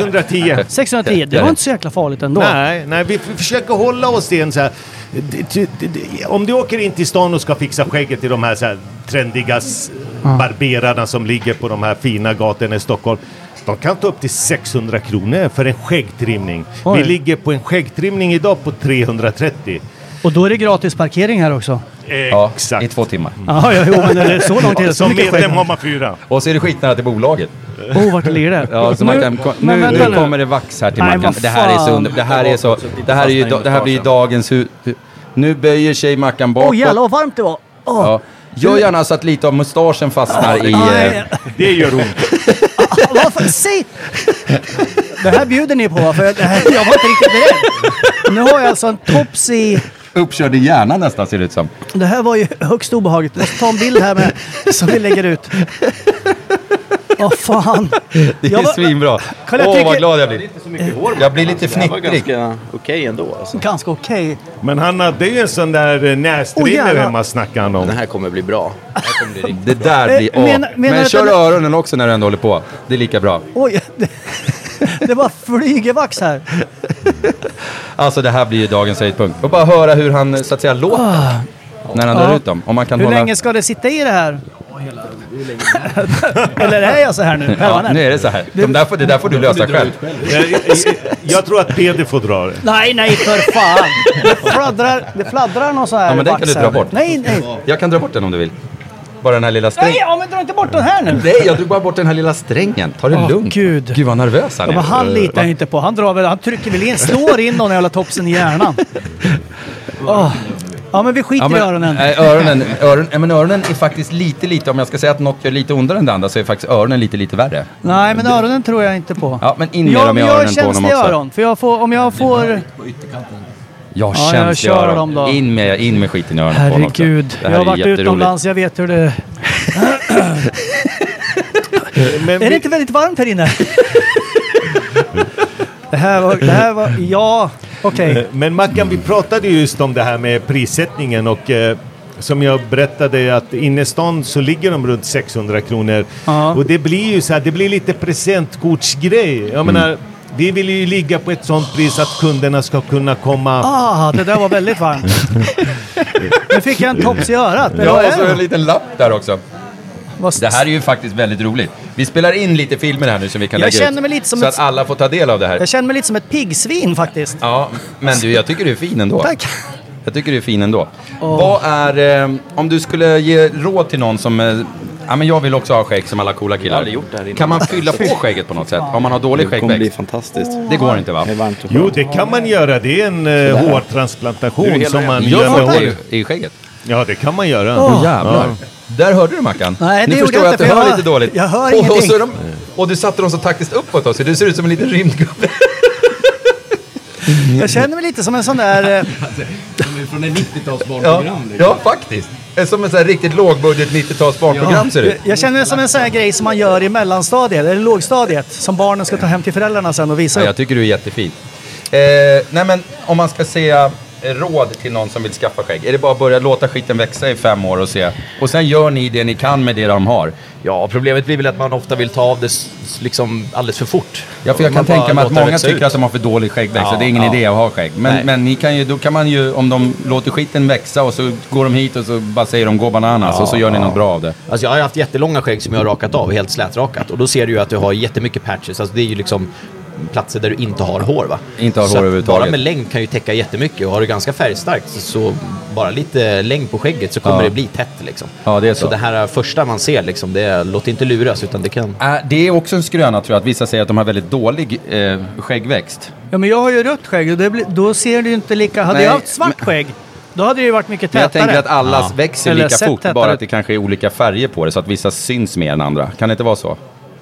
[SPEAKER 1] ungefär?
[SPEAKER 4] gör det. 610.
[SPEAKER 1] 610, det
[SPEAKER 4] Ja,
[SPEAKER 1] var
[SPEAKER 4] det.
[SPEAKER 1] inte så jäkla farligt ändå.
[SPEAKER 5] Nej, nej, vi f- försöker hålla oss till en så här... d- d- d- d- Om du åker in till stan och ska fixa skägget till de här, så här trendiga s- barberarna som ligger på de här fina gatorna i Stockholm. De kan ta upp till 600 kronor för en skäggtrimning.
[SPEAKER 1] Oj.
[SPEAKER 5] Vi ligger på en skäggtrimning idag på 330.
[SPEAKER 1] Och då är det gratis parkering här också.
[SPEAKER 5] Exakt.
[SPEAKER 4] I två timmar.
[SPEAKER 1] Ja, ja, jo, men är det så lång tid? Så Som mycket medlem skägg. har
[SPEAKER 5] man fyra.
[SPEAKER 4] Och så är det skitnära till bolaget.
[SPEAKER 1] Oh, vart ligger det?
[SPEAKER 4] Ja, så man
[SPEAKER 1] Nu-
[SPEAKER 4] kan, ko-
[SPEAKER 1] men
[SPEAKER 4] nu,
[SPEAKER 1] vänta
[SPEAKER 4] nu
[SPEAKER 1] nu.
[SPEAKER 4] kommer det vax här till
[SPEAKER 1] Nej,
[SPEAKER 4] Mackan.
[SPEAKER 1] vad
[SPEAKER 4] Det här är så
[SPEAKER 1] fan.
[SPEAKER 4] under, det här är så, det här är ju, da- det här blir ju dagens hu- hu- Nu böjer sig Mackan bakåt.
[SPEAKER 1] Åh jävlar vad varmt det var! Åh.
[SPEAKER 4] Ja. Gör gärna så att lite av mustaschen fastnar i...
[SPEAKER 1] Nej.
[SPEAKER 4] eh,
[SPEAKER 5] Det gör ont.
[SPEAKER 1] Varför? Säg! Det här bjuder ni på va? För det här, jag var inte riktigt beredd. Nu har jag alltså en tops i...
[SPEAKER 4] Uppkörd i hjärnan nästan ser det ut som.
[SPEAKER 1] Det här var ju högst obehagligt. Jag måste ta en bild här med som vi lägger ut. Åh fan!
[SPEAKER 4] Det är
[SPEAKER 1] Jag var-
[SPEAKER 4] svinbra. Åh,
[SPEAKER 1] Kolla, jag tycker-
[SPEAKER 4] vad glad jag blir. Jag blir lite fnittrig.
[SPEAKER 5] ganska okej ändå alltså.
[SPEAKER 1] Ganska okej.
[SPEAKER 5] Men han hade ju en sån där eh,
[SPEAKER 1] Åh,
[SPEAKER 5] näsdrillor
[SPEAKER 1] jävlar.
[SPEAKER 5] hemma snackade han om. Den här kommer bli bra.
[SPEAKER 4] Det där blir...
[SPEAKER 1] Eh,
[SPEAKER 4] Åh.
[SPEAKER 1] menar- menar
[SPEAKER 4] Men
[SPEAKER 1] att
[SPEAKER 4] kör
[SPEAKER 1] den-
[SPEAKER 4] öronen också när du ändå håller på. Det är lika bra.
[SPEAKER 1] Oj! Det, det bara flyger vax här.
[SPEAKER 4] Alltså det här blir ju dagens höjdpunkt. Och bara höra hur han så att säga låter.
[SPEAKER 1] Ah.
[SPEAKER 4] När han drar
[SPEAKER 1] Ja.
[SPEAKER 4] ut dem. Om man kan
[SPEAKER 1] Hur
[SPEAKER 4] hålla...
[SPEAKER 1] länge ska det sitta i det här? Eller är jag så här nu?
[SPEAKER 4] Ja,
[SPEAKER 1] Permanent?
[SPEAKER 4] nu är det så här. De där får, det där får du lösa själv.
[SPEAKER 5] Jag, jag, jag tror att Peder får dra det.
[SPEAKER 1] Nej, nej för fan! Det fladdrar, det fladdrar någon så här
[SPEAKER 4] Ja, men den kan du
[SPEAKER 1] vax här.
[SPEAKER 4] dra bort.
[SPEAKER 1] Nej, nej.
[SPEAKER 4] Jag kan dra bort den om du vill. Bara den här lilla
[SPEAKER 1] Nej,
[SPEAKER 4] strängen.
[SPEAKER 1] ja, men dra inte bort den här nu!
[SPEAKER 4] Nej, jag drog bara bort den här lilla strängen. Ta det
[SPEAKER 1] Åh,
[SPEAKER 4] lugnt. Gud. vad nervös han
[SPEAKER 1] Ja,
[SPEAKER 4] är. Eh,
[SPEAKER 1] men han litar jag inte på. Han, drar väl, han trycker väl in, slår in någon jävla topsen i hjärnan. Åh. Ja, men vi skiter
[SPEAKER 4] Ja, men,
[SPEAKER 1] i öronen.
[SPEAKER 4] Nej, öronen, öron, ja, men öronen är faktiskt lite, lite, om jag ska säga att något gör lite ondare än det andra så är faktiskt öronen lite, lite värre.
[SPEAKER 1] Nej, men öronen tror jag inte på.
[SPEAKER 4] Ja, men in
[SPEAKER 1] Jag-
[SPEAKER 4] mera med
[SPEAKER 1] jag
[SPEAKER 4] öronen på
[SPEAKER 1] känns
[SPEAKER 4] honom
[SPEAKER 1] det
[SPEAKER 4] också.
[SPEAKER 1] öron, för jag får, om jag får...
[SPEAKER 4] Jag
[SPEAKER 1] Ja,
[SPEAKER 4] känns
[SPEAKER 1] jag
[SPEAKER 4] i
[SPEAKER 1] kör dem då.
[SPEAKER 4] öronen. In med, in med skiten i öronen på honom också.
[SPEAKER 1] Herregud,
[SPEAKER 4] Det
[SPEAKER 1] jag
[SPEAKER 4] här
[SPEAKER 1] har
[SPEAKER 4] är
[SPEAKER 1] varit
[SPEAKER 4] jätteroligt.
[SPEAKER 1] utomlands, jag vet hur det...
[SPEAKER 5] Men
[SPEAKER 1] Är
[SPEAKER 5] vi-
[SPEAKER 1] det inte väldigt varmt här inne? det här var... Det här var ja, okej.
[SPEAKER 5] Eh, Men Mackan, vi pratade ju just om det här med prissättningen och eh, som jag berättade att innerstan så ligger de runt 600 kronor. Och det blir ju så här, det blir lite presentkortsgrej.
[SPEAKER 1] Mm.
[SPEAKER 5] Jag menar, vi vill ju ligga på ett sånt pris att kunderna ska kunna komma...
[SPEAKER 1] Ah, det där var väldigt varmt. Nu fick jag en tops i örat. men vad
[SPEAKER 4] Ja,
[SPEAKER 1] är
[SPEAKER 4] och så
[SPEAKER 1] det?
[SPEAKER 4] en liten lapp där också.
[SPEAKER 1] Vad-
[SPEAKER 4] Det här är ju faktiskt väldigt roligt. Vi spelar in lite filmer här nu som vi kan
[SPEAKER 1] Jag
[SPEAKER 4] lägga
[SPEAKER 1] känner
[SPEAKER 4] ut.
[SPEAKER 1] mig lite som
[SPEAKER 4] så
[SPEAKER 1] ett-
[SPEAKER 4] att alla får ta del av det här.
[SPEAKER 1] Jag känner mig lite som ett piggsvin faktiskt.
[SPEAKER 4] Ja, men du, jag tycker du är fin ändå.
[SPEAKER 1] Tack.
[SPEAKER 4] Jag tycker du är fin ändå. Vad är, eh, om du skulle ge råd till någon som, eh, ja men jag vill också ha skägg som alla coola killar.
[SPEAKER 7] aldrig gjort det här innan.
[SPEAKER 4] kan man fylla på skägget på något sätt? Om man har dålig
[SPEAKER 7] Det kommer bli
[SPEAKER 4] skäggväxt?
[SPEAKER 7] fantastiskt.
[SPEAKER 4] Det går inte va?
[SPEAKER 5] Jo, det kan man göra. Det är en eh, hårtransplantation som man gör med
[SPEAKER 4] man
[SPEAKER 5] håret.
[SPEAKER 4] det i skägget?
[SPEAKER 5] Ja, det kan man göra.
[SPEAKER 1] Åh.
[SPEAKER 4] Jävlar. Där hörde du Mackan.
[SPEAKER 1] Nej, det
[SPEAKER 4] nu
[SPEAKER 1] gjorde
[SPEAKER 4] förstår
[SPEAKER 1] jag
[SPEAKER 4] jag att
[SPEAKER 1] inte,
[SPEAKER 4] du
[SPEAKER 1] för
[SPEAKER 4] hör
[SPEAKER 1] jag-
[SPEAKER 4] lite dåligt.
[SPEAKER 1] jag hör
[SPEAKER 4] och, och,
[SPEAKER 1] ingenting.
[SPEAKER 4] så är de, och du satte dem så taktiskt uppåt också. Du ser ut som en liten rymdgubbe.
[SPEAKER 1] Jag känner mig lite som en sån där... eh,
[SPEAKER 7] Från en 90-tals
[SPEAKER 4] Ja,
[SPEAKER 7] liksom.
[SPEAKER 4] ja faktiskt. Som ett så här riktigt lågbudget 90-tals barnprogram ser det ut.
[SPEAKER 1] Jag känner mig som en sån här grej som man gör i mellanstadiet, eller lågstadiet, som barnen ska ta hem till föräldrarna sen och visa
[SPEAKER 4] Ja,
[SPEAKER 1] upp.
[SPEAKER 4] jag tycker du är jättefin. Eh, nej men om man ska säga eh, råd till någon som vill skaffa skägg. Är det bara att börja låta skiten växa i fem år och se. Och sen gör ni det ni kan med det de har.
[SPEAKER 7] Ja, problemet blir väl att man ofta vill ta av det s- liksom alldeles för fort.
[SPEAKER 4] Ja, för jag kan
[SPEAKER 7] Man bara
[SPEAKER 4] tänka mig att
[SPEAKER 7] låter det
[SPEAKER 4] många
[SPEAKER 7] växa
[SPEAKER 4] tycker
[SPEAKER 7] ut.
[SPEAKER 4] att de har för dålig skäggväxt.
[SPEAKER 7] Ja,
[SPEAKER 4] så det är ingen
[SPEAKER 7] ja.
[SPEAKER 4] idé att ha skägg.
[SPEAKER 7] Nej.
[SPEAKER 4] Men, men ni kan ju, då kan man ju, om de låter skiten växa och så går de hit och så bara säger de gå bananas
[SPEAKER 7] Ja,
[SPEAKER 4] och så gör ni
[SPEAKER 7] ja.
[SPEAKER 4] något bra av det.
[SPEAKER 7] Alltså jag har ju haft jättelånga skägg som jag har rakat av, helt slätrakat. Och då ser du ju att du har jättemycket patches. Alltså det är ju liksom platser där du inte har hår va?
[SPEAKER 4] Inte har
[SPEAKER 7] Så att
[SPEAKER 4] hår överhuvudtaget.
[SPEAKER 7] Bara med längd kan ju täcka jättemycket och har du ganska färgstarkt så- så bara lite längd på skägget så kommer
[SPEAKER 4] Ja.
[SPEAKER 7] det bli tätt liksom.
[SPEAKER 4] Ja, det är så.
[SPEAKER 7] Så det här första man ser liksom, det är, låt inte luras utan det kan...
[SPEAKER 4] Äh, det är också en skröna tror jag, att vissa säger att de har väldigt dålig eh, skäggväxt.
[SPEAKER 1] Ja, men jag har ju rött skägg och det blir, då ser det ju inte lika... Hade
[SPEAKER 4] Nej,
[SPEAKER 1] jag haft svart
[SPEAKER 4] men-
[SPEAKER 1] skägg, då hade det ju varit mycket
[SPEAKER 4] Men jag
[SPEAKER 1] tätare.
[SPEAKER 4] tänker att allas
[SPEAKER 7] Ja.
[SPEAKER 4] växer
[SPEAKER 1] Eller
[SPEAKER 4] lika
[SPEAKER 1] sett
[SPEAKER 4] fort,
[SPEAKER 1] tätare
[SPEAKER 4] bara
[SPEAKER 1] ut.
[SPEAKER 4] att det kanske är olika färger på det, så att vissa syns mer än andra. Kan det inte vara så?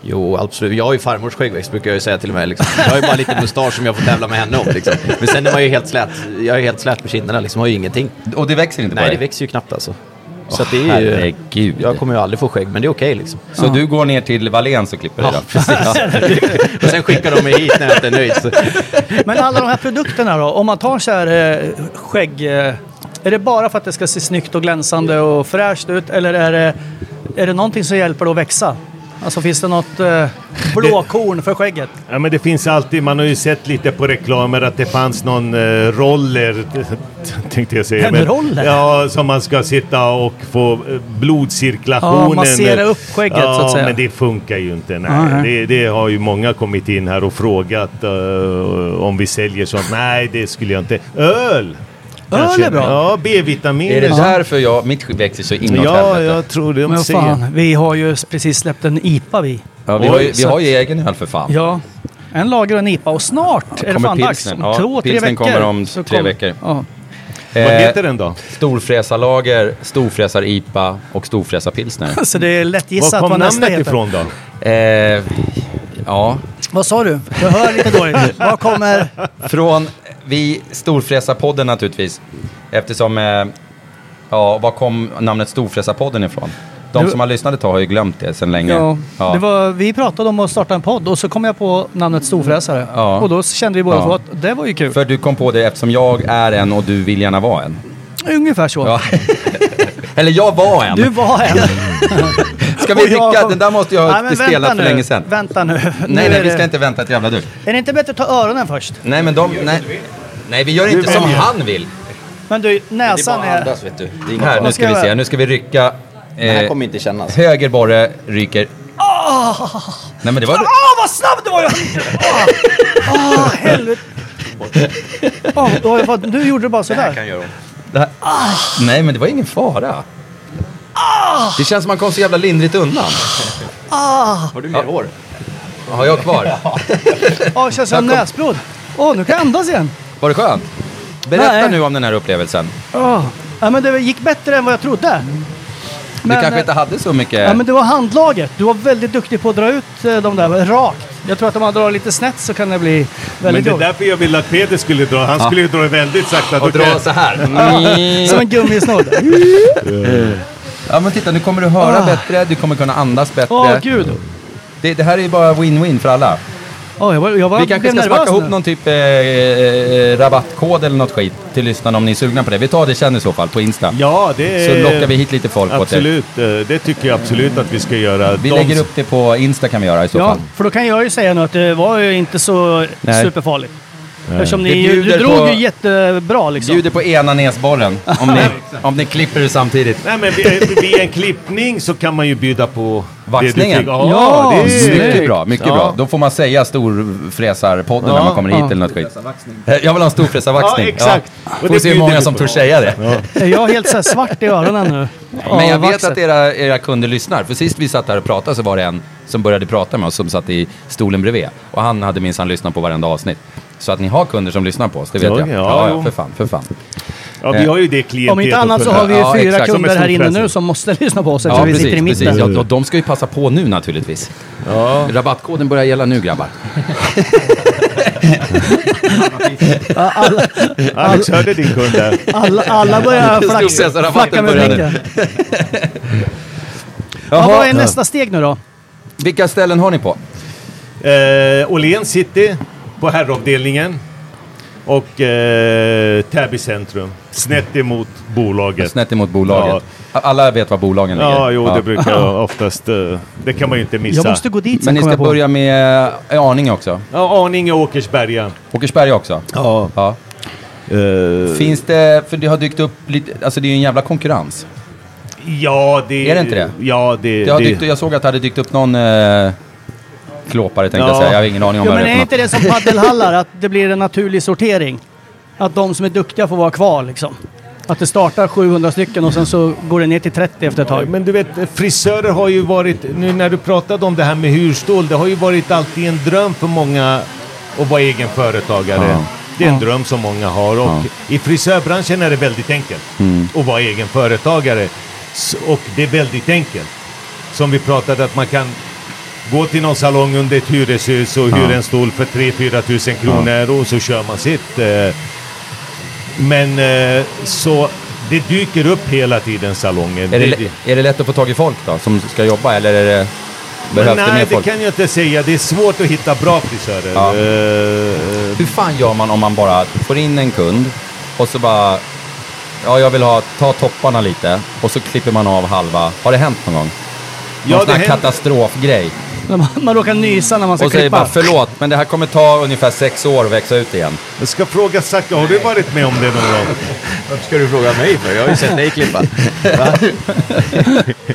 [SPEAKER 7] Jo, absolut. Jag har ju farmors skäggväxt brukar jag ju säga till och med. Liksom. Jag har ju bara lite mustasch som jag får tävla med henne om. Liksom. Men sen är man ju helt slät. Jag är helt slät på kinderna liksom, har ju ingenting.
[SPEAKER 4] Och det växer inte på
[SPEAKER 7] Nej, det
[SPEAKER 4] dig?
[SPEAKER 7] växer ju knappt alltså. Så att det är ju...
[SPEAKER 4] Herregud.
[SPEAKER 7] Jag kommer ju aldrig få skägg, men det är okej liksom.
[SPEAKER 4] Så du går ner till Valens och klipper dig
[SPEAKER 7] Ja,
[SPEAKER 4] då?
[SPEAKER 7] precis. och sen skickar de mig hit när jag inte är nöjd. Så.
[SPEAKER 1] Men alla de här produkterna då? Om man tar så här eh, skägg... Eh, är det bara för att det ska se snyggt och glänsande och fräscht ut eller är det, är det någonting som hjälper det att växa? Alltså finns det något eh, blåkorn för skägget?
[SPEAKER 5] Ja, men det finns alltid, man har ju sett lite på reklamer att det fanns någon eh, roller, tänkte jag säga.
[SPEAKER 1] En roller?
[SPEAKER 5] Ja, som man ska sitta och få eh, blodcirkulationen.
[SPEAKER 1] Ja, massera upp skägget,
[SPEAKER 5] ja,
[SPEAKER 1] så att säga.
[SPEAKER 5] men det funkar ju inte. Nej.
[SPEAKER 1] Ah, nej.
[SPEAKER 5] Det, det har ju många kommit in här och frågat eh, om vi säljer sånt. Nej, det skulle jag inte. Öl! kanske.
[SPEAKER 1] är bra.
[SPEAKER 5] Ja, B-vitamin.
[SPEAKER 4] Är det därför jag, mitt skägg växer så inåt
[SPEAKER 5] Ja,
[SPEAKER 4] helvete?
[SPEAKER 5] jag tror det.
[SPEAKER 1] Men vad fan, vi har ju precis släppt en IPA vi.
[SPEAKER 4] Ja, vi, har ju,
[SPEAKER 1] Oj,
[SPEAKER 4] vi
[SPEAKER 1] så-
[SPEAKER 4] har ju egen öl för fan.
[SPEAKER 1] Ja, en lager och en IPA och snart är det
[SPEAKER 4] kommer
[SPEAKER 1] fan dags.
[SPEAKER 4] pilsnern.
[SPEAKER 1] Om
[SPEAKER 4] Ja,
[SPEAKER 1] två, tre
[SPEAKER 4] pilsnern
[SPEAKER 1] veckor.
[SPEAKER 4] kommer om
[SPEAKER 1] så
[SPEAKER 4] tre veckor.
[SPEAKER 1] Ja.
[SPEAKER 4] Eh,
[SPEAKER 5] Vad heter den då?
[SPEAKER 4] Storfräsarlager, storfräsar-IPA och storfräsarpilsner.
[SPEAKER 1] Så det är lätt
[SPEAKER 5] Var
[SPEAKER 1] gissat
[SPEAKER 5] kom
[SPEAKER 1] vad nästa
[SPEAKER 5] namnet
[SPEAKER 1] heter.
[SPEAKER 5] ifrån då?
[SPEAKER 4] eh, ja,
[SPEAKER 1] Vad sa du? Jag hör lite dåligt. Var kommer...
[SPEAKER 4] Från vi Storfräsarpodden naturligtvis. Eftersom, eh, ja, var kom namnet Storfräsarpodden ifrån? De
[SPEAKER 1] Du-
[SPEAKER 4] som har lyssnat ett tag har ju glömt det sedan länge.
[SPEAKER 1] Ja,
[SPEAKER 4] Ja.
[SPEAKER 1] Det var, vi pratade om att starta en podd och så kom jag på namnet Storfräsare.
[SPEAKER 4] Ja.
[SPEAKER 1] Och då kände vi båda
[SPEAKER 4] Ja.
[SPEAKER 1] två att det var ju kul.
[SPEAKER 4] För du kom på det eftersom jag är en och du vill gärna vara en.
[SPEAKER 1] Ungefär så.
[SPEAKER 4] Ja. Eller jag var en.
[SPEAKER 1] Du var en.
[SPEAKER 4] Ska vi
[SPEAKER 1] Och jag
[SPEAKER 4] rycka?
[SPEAKER 1] kom-
[SPEAKER 4] Den där måste jag
[SPEAKER 1] Nej,
[SPEAKER 4] ha
[SPEAKER 1] men
[SPEAKER 4] spelat
[SPEAKER 1] vänta
[SPEAKER 4] för
[SPEAKER 1] nu.
[SPEAKER 4] länge sedan.
[SPEAKER 1] Vänta nu. nu
[SPEAKER 4] Nej,
[SPEAKER 1] är
[SPEAKER 4] nej, vi
[SPEAKER 1] det-
[SPEAKER 4] ska inte vänta ett jävla dugg.
[SPEAKER 1] Är det inte bättre att ta öronen först?
[SPEAKER 4] Nej, men de... Nej, nej vi gör inte som han vill.
[SPEAKER 1] Men du,
[SPEAKER 7] Det är
[SPEAKER 1] näsan
[SPEAKER 7] bara
[SPEAKER 1] är...
[SPEAKER 7] att andas, vet du. Det är inget
[SPEAKER 4] Här,
[SPEAKER 7] annat.
[SPEAKER 4] nu ska vi se. Nu ska vi rycka.
[SPEAKER 7] Det här
[SPEAKER 4] eh,
[SPEAKER 7] kommer inte kännas.
[SPEAKER 4] Höger borre ryker.
[SPEAKER 1] Ah!
[SPEAKER 4] Nej men det var...
[SPEAKER 1] Åh, vad snabb det var! jag- Åh, åh, helvete. Åh, då har jag fått- du gjorde det bara sådär.
[SPEAKER 7] göra om.
[SPEAKER 4] Det här... Nej men det var ingen fara. Det känns som man kom så jävla lindrigt undan.
[SPEAKER 7] Har du mer hår?
[SPEAKER 4] Har jag kvar?
[SPEAKER 1] Åh, det känns som
[SPEAKER 4] Jag kom-
[SPEAKER 1] näsblod. Åh, nu kan jag andas igen.
[SPEAKER 4] Var det skönt? Berätta
[SPEAKER 1] Nej.
[SPEAKER 4] nu om den här upplevelsen.
[SPEAKER 1] Åh. Ja, men det gick bättre än vad jag trodde.
[SPEAKER 4] du
[SPEAKER 1] Men,
[SPEAKER 4] kanske
[SPEAKER 1] eh,
[SPEAKER 4] inte hade så mycket...
[SPEAKER 1] Ja, men det var handlaget. Du var väldigt duktig på att dra ut eh, de där rakt. Jag tror att om man drar lite snett så kan det bli
[SPEAKER 5] Men
[SPEAKER 1] väldigt
[SPEAKER 5] det är
[SPEAKER 1] jobbigt.
[SPEAKER 5] därför jag ville att Peter skulle dra. Han skulle ju dra väldigt sakta. Då
[SPEAKER 4] Och
[SPEAKER 5] kan jag-
[SPEAKER 4] dra så här.
[SPEAKER 1] Som en gummisnodd.
[SPEAKER 4] Ja men titta, nu kommer du höra bättre, du kommer kunna andas bättre.
[SPEAKER 1] Ah. Åh gud.
[SPEAKER 4] det, det här är ju bara win-win för alla.
[SPEAKER 1] Åh, jag var, jag var,
[SPEAKER 4] Vi kanske
[SPEAKER 1] blev
[SPEAKER 4] ska
[SPEAKER 1] nervös
[SPEAKER 4] spacka
[SPEAKER 1] nu.
[SPEAKER 4] ihop någon typ eh, eh, rabattkod eller något skit till lyssnarna om ni är sugna på det. Vi tar det sen i så fall, på Insta.
[SPEAKER 5] Ja, det
[SPEAKER 4] Så lockar vi hit lite folk åt er.
[SPEAKER 5] Absolut, eh, det tycker jag absolut att vi ska göra.
[SPEAKER 4] Vi
[SPEAKER 5] De-
[SPEAKER 4] lägger upp det på Insta kan vi göra i så
[SPEAKER 1] Ja,
[SPEAKER 4] fall.
[SPEAKER 1] för då kan jag ju säga nu att det var ju inte så
[SPEAKER 4] Nej.
[SPEAKER 1] superfarligt. Eftersom
[SPEAKER 4] Det
[SPEAKER 1] ni, ju- du
[SPEAKER 4] bjuder
[SPEAKER 1] drog
[SPEAKER 4] på-
[SPEAKER 1] ju jättebra liksom.
[SPEAKER 4] Bjuder på ena näsborren om ni, om ni klipper det samtidigt.
[SPEAKER 5] Nej, men vid, vid en klippning så kan man ju bjuda på...
[SPEAKER 4] Vaxningen.
[SPEAKER 5] Det du tycker- ja,
[SPEAKER 1] Ja,
[SPEAKER 5] det är...
[SPEAKER 1] snyggt.
[SPEAKER 4] Mycket bra, mycket bra. Då får man säga storfräsarpodden när
[SPEAKER 5] Ja.
[SPEAKER 4] man kommer hit eller något skit. Eh, Jag vill ha en storfräsarvaxning.
[SPEAKER 5] Ja, exakt.
[SPEAKER 4] Får
[SPEAKER 5] Och
[SPEAKER 4] vi
[SPEAKER 5] det
[SPEAKER 4] se hur
[SPEAKER 5] bjuder
[SPEAKER 4] många
[SPEAKER 5] vi
[SPEAKER 4] som
[SPEAKER 5] på.
[SPEAKER 4] tror säga det.
[SPEAKER 1] Är Jag är helt så här svart i öronen nu.
[SPEAKER 4] Men jag
[SPEAKER 1] Av
[SPEAKER 4] vet
[SPEAKER 1] vaxet.
[SPEAKER 4] att era, era kunder lyssnar. För sist vi satt här och pratade så var det en som började prata med oss som satt i stolen bredvid. Och han hade minsann lyssnat på varenda avsnitt. Så att ni har kunder som lyssnar på oss, det vet
[SPEAKER 5] Ja,
[SPEAKER 4] jag.
[SPEAKER 5] ja,
[SPEAKER 4] Ja, ja,
[SPEAKER 5] jo.
[SPEAKER 4] för fan, för fan.
[SPEAKER 5] Ja, vi har ju det klientelet.
[SPEAKER 1] Om inte annat så har vi ju
[SPEAKER 4] Ja,
[SPEAKER 1] fyra
[SPEAKER 4] exakt. Som
[SPEAKER 1] kunder
[SPEAKER 5] en
[SPEAKER 1] här inne
[SPEAKER 5] storfräsare.
[SPEAKER 1] nu som måste lyssna på oss eftersom
[SPEAKER 4] Ja,
[SPEAKER 1] vi
[SPEAKER 4] precis,
[SPEAKER 1] sitter i
[SPEAKER 4] precis.
[SPEAKER 1] mitten.
[SPEAKER 4] Ja, de- de ska ju passa på nu naturligtvis. Rabattkoden börjar gälla nu grabbar.
[SPEAKER 5] Alex hörde din kund där.
[SPEAKER 1] Alla, alla börjar flacka,
[SPEAKER 4] Storfräsarrabatten
[SPEAKER 1] flacka med
[SPEAKER 4] börjar
[SPEAKER 1] blicken.
[SPEAKER 4] nu.
[SPEAKER 1] Ja, vad är
[SPEAKER 4] Jaha.
[SPEAKER 1] nästa steg nu då?
[SPEAKER 4] Vilka ställen har ni på?
[SPEAKER 5] Eh, Åhléns City på herravdelningen. Och eh, Täby centrum. Snett emot bolaget.
[SPEAKER 4] Alltså, Snett emot bolaget. Alla vet var bolagen ligger.
[SPEAKER 5] Ja, jo, det brukar jag oftast... eh, Det kan man ju inte missa.
[SPEAKER 1] Jag måste gå dit
[SPEAKER 4] Men
[SPEAKER 1] sen
[SPEAKER 4] ni
[SPEAKER 1] kommer
[SPEAKER 4] ska
[SPEAKER 1] jag på.
[SPEAKER 4] börja med eh, Arninge också?
[SPEAKER 5] Ja, Arninge och Åkersberga.
[SPEAKER 4] Åkersberga också?
[SPEAKER 5] Ja.
[SPEAKER 4] ja. Finns det, för det har dykt upp lite, alltså det är ju en jävla konkurrens.
[SPEAKER 5] Ja, det...
[SPEAKER 4] Är det inte det?
[SPEAKER 5] Ja, det...
[SPEAKER 4] Det har
[SPEAKER 5] det-
[SPEAKER 4] dykt, jag såg att det hade dykt upp någon eh, klåpare tänkte jag
[SPEAKER 5] Ja.
[SPEAKER 4] säga, jag har ingen aning om
[SPEAKER 1] Ja,
[SPEAKER 4] vad
[SPEAKER 1] men
[SPEAKER 4] det
[SPEAKER 1] är
[SPEAKER 4] är
[SPEAKER 1] inte
[SPEAKER 4] för något.
[SPEAKER 1] det som paddelhallar att det blir en naturlig sortering? Att de som är duktiga får vara kvar liksom. Att det startar 700 stycken och sen så går det ner till 30 efter ett
[SPEAKER 5] Ja,
[SPEAKER 1] tag.
[SPEAKER 5] Men du vet, frisörer har ju varit, nu när du pratade om det här med hyrstål, det har ju varit alltid en dröm för många att vara egen företagare.
[SPEAKER 4] Ja.
[SPEAKER 5] Det är en dröm som många har och i frisörbranschen är det väldigt enkelt
[SPEAKER 4] Mm.
[SPEAKER 5] att vara egen företagare. S- Och det är väldigt enkelt. Som vi pratade att man kan gå till någon salong under ett hyreshus och hyra en stol för 3-4 tusen kronor och så kör man sitt. eh, men eh, så det dyker upp hela tiden salonger.
[SPEAKER 4] Är det, är det lätt att få tag i folk då, som ska jobba, eller är det, behövs
[SPEAKER 5] nej,
[SPEAKER 4] det mer
[SPEAKER 5] det
[SPEAKER 4] folk?
[SPEAKER 5] kan jag inte säga. Det är svårt att hitta bra frisörer. Eh,
[SPEAKER 4] Ja.
[SPEAKER 5] Hur
[SPEAKER 4] fan gör man om man bara får in en kund och så bara, ja jag vill ha, ta topparna lite och så klipper man av halva. Har det hänt någon gång?
[SPEAKER 1] Ja,
[SPEAKER 4] Någon sån
[SPEAKER 1] det
[SPEAKER 4] här
[SPEAKER 1] händer.
[SPEAKER 4] katastrofgrej.
[SPEAKER 1] Man, man råkar nysa när man ska
[SPEAKER 4] Och säger
[SPEAKER 1] klippa.
[SPEAKER 4] bara förlåt, men det här kommer ta ungefär sex år att växa ut igen.
[SPEAKER 5] Jag ska fråga Zacke, har du varit med om det någon gång?
[SPEAKER 7] Varför ska du fråga mig för? Jag har ju sett dig klippa. Va?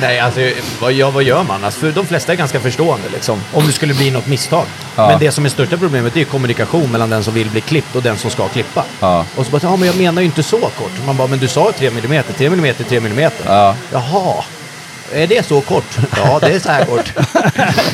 [SPEAKER 7] Nej, alltså vad, ja, vad gör man? Alltså, för de flesta är ganska förstående liksom. Om det skulle bli något misstag.
[SPEAKER 4] Ja.
[SPEAKER 7] Men det som är största problemet är ju kommunikation mellan den som vill bli klippt och den som ska klippa.
[SPEAKER 4] Ja.
[SPEAKER 7] Och så bara, ja men jag menar ju inte så kort. Man bara, men du sa ju 3 mm, 3 mm, 3 mm.
[SPEAKER 4] Ja.
[SPEAKER 7] Jaha. Är det så kort? Ja, det är så här kort.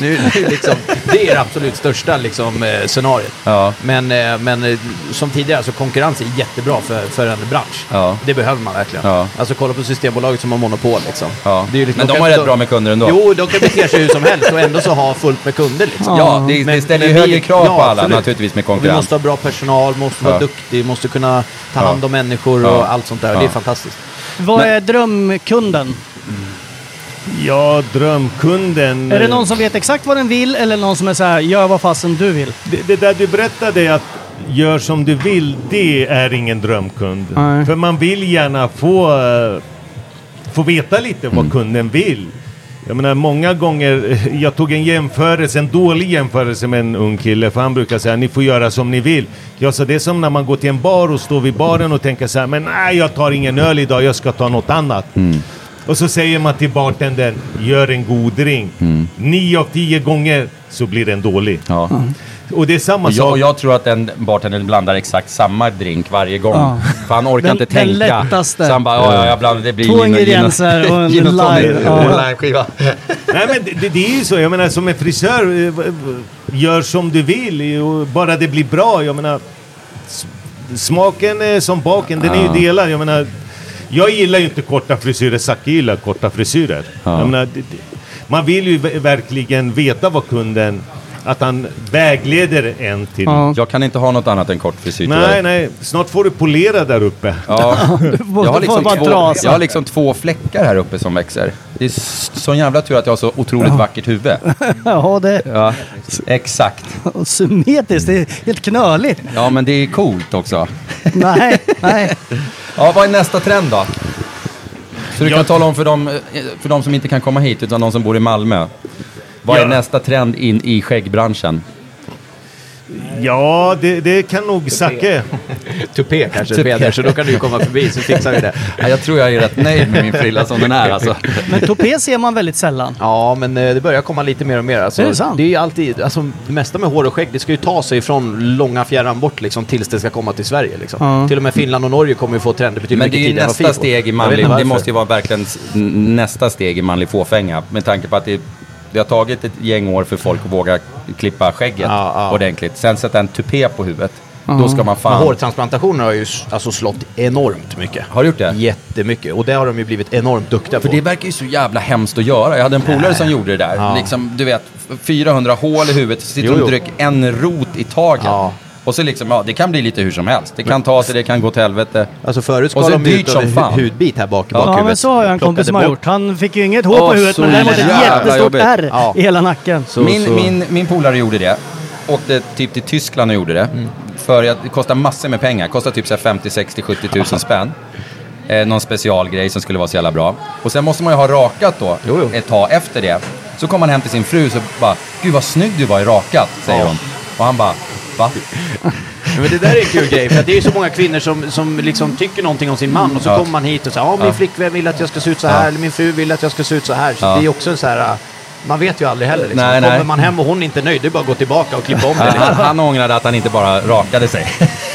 [SPEAKER 7] nu, nu liksom, det är det absolut största liksom, eh, scenariot. Men, eh, men eh, som tidigare, så konkurrens är jättebra för, för en bransch. Det behöver man verkligen.
[SPEAKER 4] Ja.
[SPEAKER 7] Alltså kolla på Systembolaget som har monopol liksom. Det är ju liksom-
[SPEAKER 4] Men de
[SPEAKER 7] kan-
[SPEAKER 4] har rätt bra med kunder ändå.
[SPEAKER 7] Jo, de kan bete sig hur som helst och ändå så ha fullt med kunder. Liksom.
[SPEAKER 4] Ja, det- det ställer ju
[SPEAKER 7] vi-
[SPEAKER 4] högre krav på alla,
[SPEAKER 7] absolut.
[SPEAKER 4] naturligtvis, med
[SPEAKER 7] Och Vi
[SPEAKER 4] konkurrens.
[SPEAKER 7] måste ha bra personal, måste vara
[SPEAKER 4] Ja.
[SPEAKER 7] duktig, måste kunna ta
[SPEAKER 4] Ja.
[SPEAKER 7] hand om människor och
[SPEAKER 4] Ja.
[SPEAKER 7] allt sånt där.
[SPEAKER 4] Ja.
[SPEAKER 7] Det är fantastiskt.
[SPEAKER 1] Vad är drömkunden?
[SPEAKER 5] Ja, drömkunden.
[SPEAKER 1] Är det någon som vet exakt vad den vill eller någon som är så här, gör vad fasen du vill?
[SPEAKER 5] Det, det där du berättade att gör som du vill, det är ingen drömkund.
[SPEAKER 1] Nej.
[SPEAKER 5] För man vill gärna få, eh, få veta lite vad kunden vill. Jag menar många gånger, jag tog en jämförelse, en dålig jämförelse med en ung kille, för han brukar säga ni får göra som ni vill. Jag sa det är som när man går till en bar och står vid baren och tänker så här, men nej jag tar ingen öl idag, jag ska ta något annat. Och så säger man till bartendern, gör en god drink. Nio av tio gånger så blir den dålig.
[SPEAKER 4] Ja.
[SPEAKER 5] Och det är samma
[SPEAKER 4] Och jag, och
[SPEAKER 5] sak.
[SPEAKER 4] jag tror att den bartendern blandar exakt samma drink varje gång.
[SPEAKER 1] Ja.
[SPEAKER 4] För han orkar
[SPEAKER 1] Den-
[SPEAKER 4] inte
[SPEAKER 1] den
[SPEAKER 4] tänka.
[SPEAKER 1] lättaste.
[SPEAKER 4] Så han bara, ja, ja, jag blandar, det blir
[SPEAKER 1] Två
[SPEAKER 4] gin och- gin och-
[SPEAKER 1] ingredienser och en
[SPEAKER 4] gin tonic.
[SPEAKER 1] lime.
[SPEAKER 4] Och en
[SPEAKER 1] Ja.
[SPEAKER 4] limeskiva.
[SPEAKER 5] Nej men det- det, det är ju så, jag menar som en frisör, eh, v- v- gör som du vill, och bara det blir bra. Jag menar, s- smaken är som baken, den är ju delad. Jag menar, jag gillar ju inte korta frisyrer, Zacke gillar korta frisyrer.
[SPEAKER 4] Ja.
[SPEAKER 5] Jag menar, det- det- man vill ju v- verkligen veta vad kunden, att han vägleder en till.
[SPEAKER 4] Jag kan inte ha något annat än kort frisyr
[SPEAKER 5] Nej, nej, snart får du polera där uppe.
[SPEAKER 4] Ja.
[SPEAKER 1] måste
[SPEAKER 4] Jag har, liksom
[SPEAKER 1] få bara
[SPEAKER 4] två,
[SPEAKER 1] trasa.
[SPEAKER 4] jag har liksom två fläckar här uppe som växer. Det är s- sån jävla tur att jag har så otroligt vackert huvud.
[SPEAKER 1] Ja, det
[SPEAKER 4] Ja, exakt.
[SPEAKER 1] är symmetriskt. Det är helt knöligt.
[SPEAKER 4] Ja, men det är coolt också.
[SPEAKER 1] Nej, nej.
[SPEAKER 4] Ja, vad är nästa trend då? Så du kan tala om för dem, eh, för dem som inte kan komma hit, utan de som bor i Malmö. Vad är
[SPEAKER 5] Ja.
[SPEAKER 4] nästa trend in i skäggbranschen?
[SPEAKER 5] Ja, det, det kan nog Zacke.
[SPEAKER 7] Tupé kanske,
[SPEAKER 4] Tupé.
[SPEAKER 7] Peder, så då kan du ju komma förbi så fixar vi det.
[SPEAKER 4] Ja, jag tror jag är rätt nöjd med min frilla som den är alltså.
[SPEAKER 1] Men topé ser man väldigt sällan.
[SPEAKER 7] Ja, men eh, det börjar komma lite mer och mer. Alltså,
[SPEAKER 1] Är det sant?
[SPEAKER 7] det är ju alltid, alltså, det mesta med hår och skägg, det ska ju ta sig från långa fjärran bort liksom, tills det ska komma till Sverige. Liksom.
[SPEAKER 1] Ja.
[SPEAKER 7] Till och med Finland och Norge kommer ju få trender betydligt
[SPEAKER 4] Men det
[SPEAKER 7] mycket
[SPEAKER 4] är ju
[SPEAKER 7] tidigare än vad vi får.
[SPEAKER 4] nästa steg i
[SPEAKER 7] Jag vet
[SPEAKER 4] manlig,
[SPEAKER 7] inte
[SPEAKER 4] det
[SPEAKER 7] varför.
[SPEAKER 4] måste ju vara verkligen s- n- nästa steg i manlig fåfänga. Med tanke på att det, det har tagit ett gäng år för folk att våga klippa skägget
[SPEAKER 7] Ja, ja.
[SPEAKER 4] ordentligt. Sen sätta en tupé på huvudet. Då ska man
[SPEAKER 7] Men
[SPEAKER 4] fan...
[SPEAKER 7] hårtransplantationer har ju s- alltså, slått enormt mycket.
[SPEAKER 4] Har du gjort det?
[SPEAKER 7] Jättemycket. Och det har de ju blivit enormt duktiga
[SPEAKER 4] För
[SPEAKER 7] på.
[SPEAKER 4] det verkar ju så jävla hemskt att göra. Jag hade en polare som gjorde det där.
[SPEAKER 7] Ja.
[SPEAKER 4] Liksom, du vet, 400 hål i huvudet, så sitter
[SPEAKER 7] Jo,
[SPEAKER 4] de
[SPEAKER 7] jo.
[SPEAKER 4] och dricker en rot i taget.
[SPEAKER 7] Ja.
[SPEAKER 4] Och så liksom, ja det kan bli lite hur som helst. Det kan ta sig, det kan gå till helvete.
[SPEAKER 7] Alltså förut
[SPEAKER 4] Och
[SPEAKER 7] skar
[SPEAKER 4] så
[SPEAKER 7] de
[SPEAKER 4] dyrt
[SPEAKER 7] ut
[SPEAKER 4] som
[SPEAKER 7] över hu-
[SPEAKER 4] fan.
[SPEAKER 7] hudbit här bak i
[SPEAKER 1] Ja,
[SPEAKER 7] bakhuvudet.
[SPEAKER 1] men så har jag en
[SPEAKER 7] Plockade
[SPEAKER 1] kompis som har
[SPEAKER 7] bort.
[SPEAKER 1] gjort. Han fick ju inget hår
[SPEAKER 4] Åh,
[SPEAKER 1] på huvudet,
[SPEAKER 4] så
[SPEAKER 1] men däremot ett
[SPEAKER 4] jävla
[SPEAKER 1] jättestort
[SPEAKER 4] jobbigt.
[SPEAKER 1] ärr
[SPEAKER 7] Ja.
[SPEAKER 1] i hela nacken.
[SPEAKER 7] Så-
[SPEAKER 4] min, Min, min polare gjorde det. Åkte typ till Tyskland och gjorde det.
[SPEAKER 7] Mm.
[SPEAKER 4] För att det kostar massor med pengar. Kostar typ så här 50, 60, 70 tusen spänn. Eh, någon specialgrej som skulle vara så jävla bra. Och sen måste man ju ha rakat då
[SPEAKER 7] Jo, jo.
[SPEAKER 4] ett tag efter det. Så kommer han hem till sin fru så bara, gud vad snygg du var i rakat, säger
[SPEAKER 7] Ja.
[SPEAKER 4] hon. Och han bara, va?
[SPEAKER 7] Men det där är en kul grej, för att det är ju så många kvinnor som, som liksom tycker någonting om sin man och så
[SPEAKER 4] Ja.
[SPEAKER 7] kommer man hit och säger ja min
[SPEAKER 4] Ja.
[SPEAKER 7] flickvän vill att jag ska se ut så här,
[SPEAKER 4] Ja.
[SPEAKER 7] eller min fru vill att jag ska se ut så här. Så
[SPEAKER 4] Ja.
[SPEAKER 7] det är ju också så här, äh, man vet ju aldrig heller. Liksom.
[SPEAKER 4] Nej,
[SPEAKER 7] kommer
[SPEAKER 4] nej.
[SPEAKER 7] man hem och hon inte är nöjd, det är bara att gå tillbaka och klippa om det.
[SPEAKER 4] Han,
[SPEAKER 7] Liksom.
[SPEAKER 4] han ångrade att han inte bara rakade sig.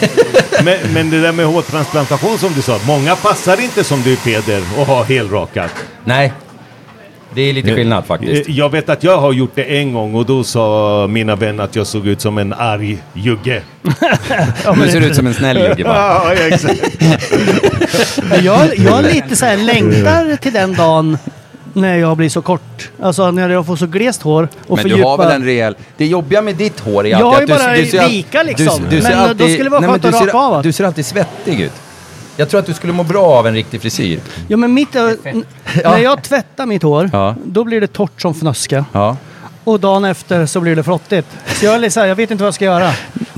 [SPEAKER 5] Men, men det där med hårtransplantation som du sa, många passar inte som du Peder och har helrakat.
[SPEAKER 4] Nej. Det är lite skillnad faktiskt.
[SPEAKER 5] Eh, Jag vet att jag har gjort det en gång och då sa mina vänner att jag såg ut som en arg jugge.
[SPEAKER 4] Nu ser du ut som en snäll jugge bara.
[SPEAKER 5] Ja, exakt.
[SPEAKER 1] Men jag, jag lite så här längtar till den dagen när jag blir så kort. Alltså när jag får så glest hår och
[SPEAKER 4] men du
[SPEAKER 1] fördjupa.
[SPEAKER 4] har väl en rejäl... Det jobbiga med ditt hår är
[SPEAKER 1] Jag
[SPEAKER 4] alltid
[SPEAKER 1] har ju
[SPEAKER 4] att du,
[SPEAKER 1] bara
[SPEAKER 4] du ser... all-
[SPEAKER 1] vika liksom.
[SPEAKER 4] Du, du ser
[SPEAKER 1] Men då
[SPEAKER 4] alltid,
[SPEAKER 1] skulle det vara
[SPEAKER 4] nej, men
[SPEAKER 1] skönt att
[SPEAKER 4] du
[SPEAKER 1] raka
[SPEAKER 4] ser-
[SPEAKER 1] av.
[SPEAKER 4] Du ser alltid svettig ut. Jag Jag tror att du skulle må bra av en riktig frisyr.
[SPEAKER 1] Ja, men mitt, n- när jag tvättar mitt hår,
[SPEAKER 4] Ja.
[SPEAKER 1] då blir det torrt som fnöske.
[SPEAKER 4] Ja.
[SPEAKER 1] Och dagen efter så blir det flottigt. Så jag, är lite så här, jag vet inte vad jag ska göra.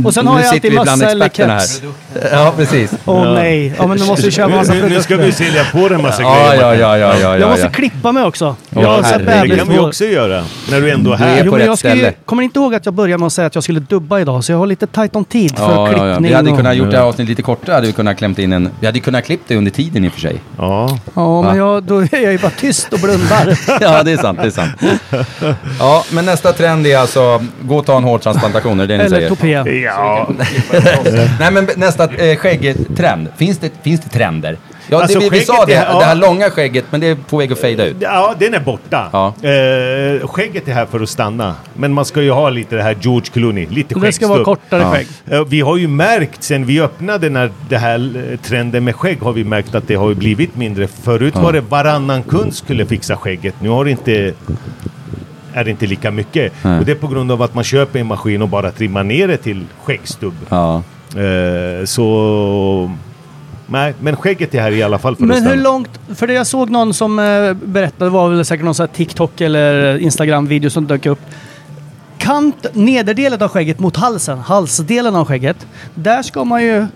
[SPEAKER 1] Och sen har
[SPEAKER 4] nu
[SPEAKER 1] jag
[SPEAKER 4] sitter
[SPEAKER 1] alltid
[SPEAKER 4] vi bland
[SPEAKER 1] massa eller
[SPEAKER 4] experterna
[SPEAKER 1] keps.
[SPEAKER 4] här. Ja, precis.
[SPEAKER 1] Åh nej, ja, men då måste vi köpa
[SPEAKER 5] Nu-
[SPEAKER 1] massa
[SPEAKER 5] nu-
[SPEAKER 1] produkter.
[SPEAKER 5] Nu ska vi sälja på dig en massa
[SPEAKER 4] Ja,
[SPEAKER 5] grejer.
[SPEAKER 4] ja, ja, ja, ja,
[SPEAKER 1] jag måste klippa mig också.
[SPEAKER 5] Ja,
[SPEAKER 1] jag har så
[SPEAKER 5] herregud.
[SPEAKER 1] jävligt
[SPEAKER 5] Det kan vi
[SPEAKER 1] hår.
[SPEAKER 5] också göra, när du ändå är här.
[SPEAKER 1] Jo, men jag ska ju, kommer inte ihåg att jag började med att säga att jag skulle dubba idag, så jag har lite tajt om tid för
[SPEAKER 4] Ja, ja, ja.
[SPEAKER 1] klippning.
[SPEAKER 4] Vi hade
[SPEAKER 1] och-
[SPEAKER 4] kunnat gjort det här avsnittet lite kortare. Hade vi, kunnat klämt in en... vi hade kunnat klippt det under tiden i och för sig.
[SPEAKER 5] Ja,
[SPEAKER 1] Ja, men jag, då är jag ju bara tyst och blundar.
[SPEAKER 4] ja det är sant. Det är sant. Ja, men nästa trend är alltså, gå och ta en hårtransplantation, är det det ni
[SPEAKER 1] Eller
[SPEAKER 4] säger?
[SPEAKER 1] topé.
[SPEAKER 5] Ja.
[SPEAKER 4] Nej men nästa eh, skäggtrend. Finns det, finns det trender? Ja,
[SPEAKER 5] Alltså,
[SPEAKER 4] det, vi, vi sa
[SPEAKER 5] skägget
[SPEAKER 4] det,
[SPEAKER 5] är-
[SPEAKER 4] här,
[SPEAKER 5] ja.
[SPEAKER 4] det här långa skägget, men det är på väg att fejda ut.
[SPEAKER 5] Ja, den är borta.
[SPEAKER 4] Ja.
[SPEAKER 5] Eh, skägget är här för att stanna. Men man ska ju ha lite det här George Clooney, lite
[SPEAKER 1] Det ska vara
[SPEAKER 5] skäggstubb.
[SPEAKER 1] kortare
[SPEAKER 4] Ja.
[SPEAKER 1] skägg.
[SPEAKER 5] Eh, Vi har ju märkt sen vi öppnade den här, det här eh, trenden med skägg har vi märkt att det har ju blivit mindre. Förut var det varannan kund skulle fixa skägget. Nu har det inte är det inte lika mycket. Och det är på grund av att man köper en maskin och bara trimmar ner det till skäggstubb.
[SPEAKER 4] Ja.
[SPEAKER 5] Eh, så... Nej, men skägget är här i alla fall för att
[SPEAKER 1] Men hur
[SPEAKER 5] stanna.
[SPEAKER 1] långt, för det jag såg någon som eh, berättade var väl säkert någon sån här TikTok eller Instagram-video som dök upp. Kant, nederdelen av skägget mot halsen, halsdelen av skägget. Där ska man ju,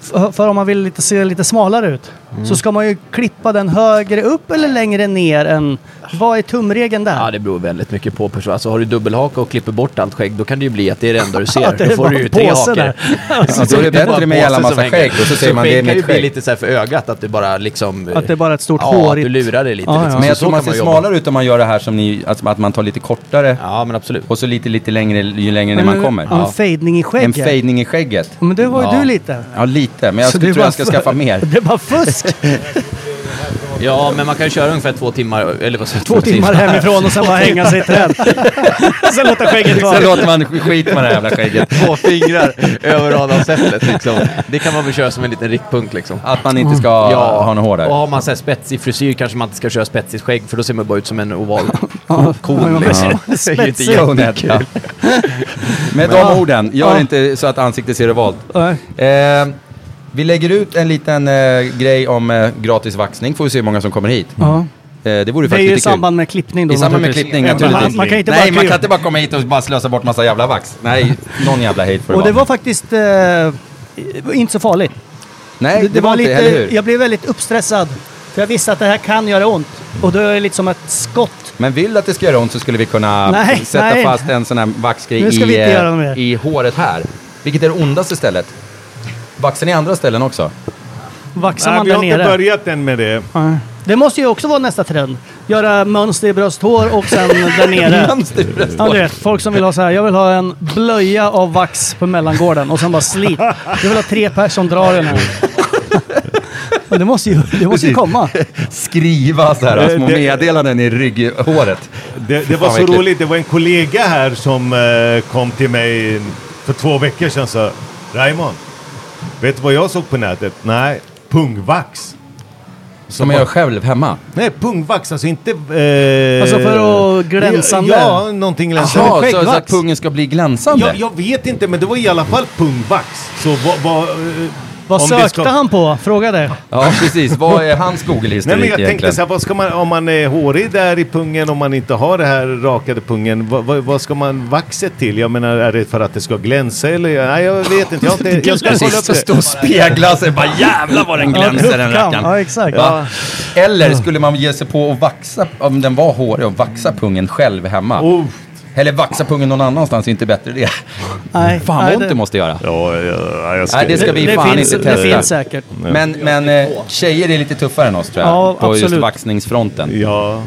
[SPEAKER 1] för, för om man vill lite, se lite smalare ut,
[SPEAKER 4] Mm.
[SPEAKER 1] så ska man ju klippa den högre upp eller längre ner än... Vad är tumregeln där?
[SPEAKER 7] Ja, det beror väldigt mycket på person. Alltså har du dubbelhaka och klipper bort allt skägg, då kan det ju bli att det är det enda du ser.
[SPEAKER 1] Att det
[SPEAKER 7] då
[SPEAKER 1] är
[SPEAKER 7] får
[SPEAKER 1] bara
[SPEAKER 7] du ju
[SPEAKER 1] en
[SPEAKER 7] tre
[SPEAKER 1] påse
[SPEAKER 7] hakor.
[SPEAKER 1] där.
[SPEAKER 4] Alltså, då är det
[SPEAKER 7] bara
[SPEAKER 4] bättre
[SPEAKER 7] en
[SPEAKER 4] med jävla
[SPEAKER 7] påse
[SPEAKER 4] massa
[SPEAKER 7] som hänger.
[SPEAKER 4] skägg och så säger man det är
[SPEAKER 7] kan ju
[SPEAKER 4] mitt
[SPEAKER 7] bli
[SPEAKER 4] skägg.
[SPEAKER 7] lite så här för ögat, att det bara liksom...
[SPEAKER 1] Att det är bara ett stort
[SPEAKER 7] Ja, att
[SPEAKER 1] hårigt...
[SPEAKER 7] du lurar dig lite.
[SPEAKER 1] Ja, ja.
[SPEAKER 7] liksom.
[SPEAKER 4] Men
[SPEAKER 7] Så-
[SPEAKER 4] jag
[SPEAKER 7] så
[SPEAKER 4] tror man
[SPEAKER 7] kan
[SPEAKER 4] ser
[SPEAKER 7] jobba.
[SPEAKER 4] smalare ut om man gör det här som ni, alltså, att man tar lite kortare
[SPEAKER 7] Ja, men absolut.
[SPEAKER 4] och så lite, lite längre ju längre ner
[SPEAKER 1] Men
[SPEAKER 4] man
[SPEAKER 1] en-
[SPEAKER 4] kommer.
[SPEAKER 1] En fejdning i
[SPEAKER 4] En
[SPEAKER 1] skägget.
[SPEAKER 4] fejdning i skägget.
[SPEAKER 1] Men det var ju
[SPEAKER 7] Ja.
[SPEAKER 1] du lite.
[SPEAKER 4] Ja, lite. Men jag
[SPEAKER 1] Så
[SPEAKER 4] skulle,
[SPEAKER 1] det är
[SPEAKER 4] tror
[SPEAKER 1] bara
[SPEAKER 4] jag ska
[SPEAKER 1] för-
[SPEAKER 4] skaffa mer.
[SPEAKER 1] Det är bara fusk!
[SPEAKER 7] Ja, men man kan ju köra ungefär två timmar, eller vad säger jag?
[SPEAKER 1] Två timmar hemifrån och sen bara hänga sig i träd. sen låta skägget vara.
[SPEAKER 4] Sen låter man skit med det här jävla skägget.
[SPEAKER 7] Två fingrar över radarsättet liksom. Det kan man väl köra som en liten riktpunkt liksom.
[SPEAKER 4] Att man inte ska ha något hår där.
[SPEAKER 7] och har man så här spetsig frisyr kanske man inte ska köra spetsigt skägg för då ser man bara ut som en oval.
[SPEAKER 1] Cool.
[SPEAKER 7] Det är ju inte
[SPEAKER 1] Spetsig.
[SPEAKER 4] Onödigt. Ja. Med de orden, gör
[SPEAKER 1] Ja.
[SPEAKER 4] inte så att ansiktet ser revolt.
[SPEAKER 1] Nej.
[SPEAKER 4] Eh, vi lägger ut en liten eh, grej om eh, gratis vaxning, får vi se hur många som kommer hit. Eh,
[SPEAKER 1] Ja.
[SPEAKER 4] det vore
[SPEAKER 1] Det är ju
[SPEAKER 4] faktiskt
[SPEAKER 1] i
[SPEAKER 4] lite kul.
[SPEAKER 1] samband med klippning då.
[SPEAKER 4] I samband med
[SPEAKER 1] naturligtvis.
[SPEAKER 4] klippning
[SPEAKER 5] Efterhand.
[SPEAKER 4] naturligtvis.
[SPEAKER 1] Man kan inte
[SPEAKER 4] Nej,
[SPEAKER 1] bara
[SPEAKER 4] man
[SPEAKER 1] klipp-
[SPEAKER 4] kan inte bara komma hit och bara slösa bort massa jävla vax. Nej, någon jävla hate får
[SPEAKER 1] Och det
[SPEAKER 4] vara.
[SPEAKER 1] var faktiskt eh, inte så farligt.
[SPEAKER 4] Nej, det, var, inte, eller hur?
[SPEAKER 1] Jag blev väldigt uppstressad. För jag visste att det här kan göra ont. Och då är det lite som ett skott.
[SPEAKER 4] Men vill att det ska göra ont så skulle vi kunna
[SPEAKER 1] Nej,
[SPEAKER 4] sätta
[SPEAKER 1] nej.
[SPEAKER 4] fast en sån här vaxgrej
[SPEAKER 1] Nu ska vi
[SPEAKER 4] i,
[SPEAKER 1] inte
[SPEAKER 4] eh,
[SPEAKER 1] göra mer.
[SPEAKER 4] i håret här. Vilket är det ondaste stället. Vaxen i andra ställen också.
[SPEAKER 1] Vaxar
[SPEAKER 5] Nej,
[SPEAKER 1] man
[SPEAKER 5] vi
[SPEAKER 1] där
[SPEAKER 5] har inte
[SPEAKER 1] nere.
[SPEAKER 5] börjat än med det.
[SPEAKER 1] Nej. Det måste ju också vara nästa trend. Göra mönster i brösthår och sen där nere.
[SPEAKER 4] Mönster i bröstet.
[SPEAKER 1] Ja, du vet, folk som vill ha så här. Jag vill ha en blöja av vax på mellangården och sen bara slit. Jag vill ha tre personer som drar den här. Men det måste ju, det måste ju komma.
[SPEAKER 4] skriva så här,
[SPEAKER 5] Eh,
[SPEAKER 4] små
[SPEAKER 5] det-
[SPEAKER 4] meddelanden i rygghåret.
[SPEAKER 5] Det, det var så
[SPEAKER 4] Fan, vad äckligt.
[SPEAKER 5] roligt, det var en kollega här som eh, kom till mig för två veckor sedan och sa Raymond, vet du vad jag såg på nätet? Nej, pungvax.
[SPEAKER 4] Som jag gör själv hemma.
[SPEAKER 5] Nej, pungvax, alltså inte... Eh,
[SPEAKER 1] Alltså för att glänsande?
[SPEAKER 5] Ja, ja någonting glänsande.
[SPEAKER 4] Jaha, så, så att
[SPEAKER 5] Skäggvax.
[SPEAKER 4] pungen ska bli glänsande?
[SPEAKER 5] Ja, jag vet inte, men det var i alla fall pungvax. Så vad... vad, eh,
[SPEAKER 1] Vad
[SPEAKER 5] om det
[SPEAKER 1] sökte
[SPEAKER 5] ska-
[SPEAKER 1] han på? Fråga det.
[SPEAKER 4] Ja, precis. Vad är hans
[SPEAKER 5] Nej,
[SPEAKER 4] Google-historik
[SPEAKER 5] men jag tänkte
[SPEAKER 4] egentligen?
[SPEAKER 5] så här, vad ska man, om man är hårig där i pungen, om man inte har det här rakade pungen, vad, vad, vad ska man vaxet till? Jag menar, är det för att det ska glänsa eller? Nej, jag vet inte. Jag, har inte, jag ska kolla upp
[SPEAKER 4] Precis, så
[SPEAKER 5] det.
[SPEAKER 4] stå och spegla sig bara jävlar vad den glänser den
[SPEAKER 1] tuppkam.
[SPEAKER 4] rackaren.
[SPEAKER 1] Ja, exakt.
[SPEAKER 4] Va? Eller skulle man ge sig på och vaxa, om den var hårig, och vaxa pungen själv hemma?
[SPEAKER 5] Oh.
[SPEAKER 4] Eller vaxa pungen någon annanstans, är inte bättre det.
[SPEAKER 1] Nej,
[SPEAKER 4] Fan vad
[SPEAKER 1] nej,
[SPEAKER 4] ont det
[SPEAKER 1] det-
[SPEAKER 4] måste göra.
[SPEAKER 5] Ja, ja, jag ska,
[SPEAKER 4] Nej, det ska vi
[SPEAKER 1] det
[SPEAKER 4] fan
[SPEAKER 1] finns,
[SPEAKER 4] inte
[SPEAKER 1] det
[SPEAKER 4] testa.
[SPEAKER 1] finns säkert.
[SPEAKER 4] Men, men eh, tjejer är lite tuffare än oss tror jag.
[SPEAKER 1] Ja,
[SPEAKER 4] på just
[SPEAKER 1] absolut.
[SPEAKER 4] vaxningsfronten.
[SPEAKER 5] Ja.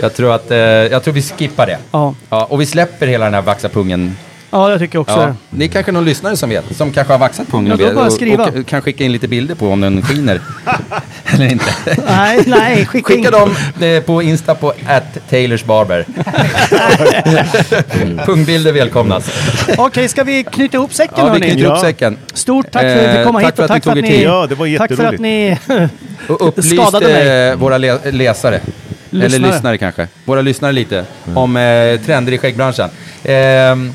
[SPEAKER 4] Jag tror, att, eh, jag tror vi skippar det.
[SPEAKER 1] Ja,
[SPEAKER 4] Ja, och vi släpper hela den här vaxa pungen.
[SPEAKER 1] ja jag tycker också
[SPEAKER 4] Ja.
[SPEAKER 1] det.
[SPEAKER 4] Det är kanske någon lyssnare som vet, som kanske har vaxat pungen
[SPEAKER 1] Ja,
[SPEAKER 4] och
[SPEAKER 1] då
[SPEAKER 4] vet-
[SPEAKER 1] bara skriva.
[SPEAKER 4] och, och kan skicka in lite bilder på om den skiner. Eller inte.
[SPEAKER 1] Nej, nej, skicka,
[SPEAKER 4] Skicka
[SPEAKER 1] in.
[SPEAKER 4] dem eh, på Insta på att Taylors Barber. Pungbilder välkomnas.
[SPEAKER 1] Okej, ska vi knyta ihop säcken
[SPEAKER 4] Ja, vi
[SPEAKER 1] hörni?
[SPEAKER 4] knyter upp
[SPEAKER 5] Ja.
[SPEAKER 4] säcken.
[SPEAKER 1] Stort tack för att vi
[SPEAKER 4] Eh,
[SPEAKER 1] fick komma
[SPEAKER 4] tack
[SPEAKER 1] hit
[SPEAKER 4] för
[SPEAKER 1] och
[SPEAKER 4] att ni
[SPEAKER 1] tack för att
[SPEAKER 4] tog er
[SPEAKER 1] ni...
[SPEAKER 4] tid.
[SPEAKER 5] Ja, det var
[SPEAKER 1] Tack för att
[SPEAKER 5] jätteroligt.
[SPEAKER 1] ni...
[SPEAKER 4] Och upplyst
[SPEAKER 1] Skadade mig.
[SPEAKER 4] eh, våra le- läsare. Eller
[SPEAKER 1] Lyssnare. Mm.
[SPEAKER 4] lyssnare kanske. Våra lyssnare lite. Om eh, trender i skäggbranschen. Ehm,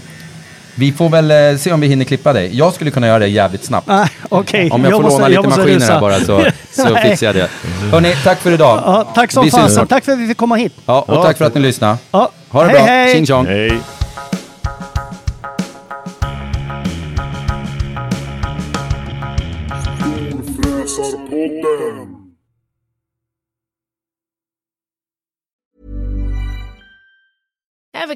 [SPEAKER 4] Vi får väl eh, se om vi hinner klippa dig. Jag skulle kunna göra det jävligt snabbt.
[SPEAKER 1] Nej, Ah, Okej,
[SPEAKER 4] Om jag, får
[SPEAKER 1] måste-
[SPEAKER 4] låna lite
[SPEAKER 1] måste
[SPEAKER 4] maskiner
[SPEAKER 1] rusa.
[SPEAKER 4] här bara så, så
[SPEAKER 1] Nej.
[SPEAKER 4] fixar jag det. Hörni, tack för idag.
[SPEAKER 1] Ja, tack som
[SPEAKER 4] Vi syns
[SPEAKER 1] fasen.
[SPEAKER 4] snart.
[SPEAKER 1] Tack för att vi fick komma hit.
[SPEAKER 4] Ja, och tack för att ni lyssnade.
[SPEAKER 1] Ja.
[SPEAKER 4] Ha det
[SPEAKER 1] Hej,
[SPEAKER 4] bra.
[SPEAKER 1] hej.
[SPEAKER 4] Tjing tjong.
[SPEAKER 5] Hej.
[SPEAKER 3] Ever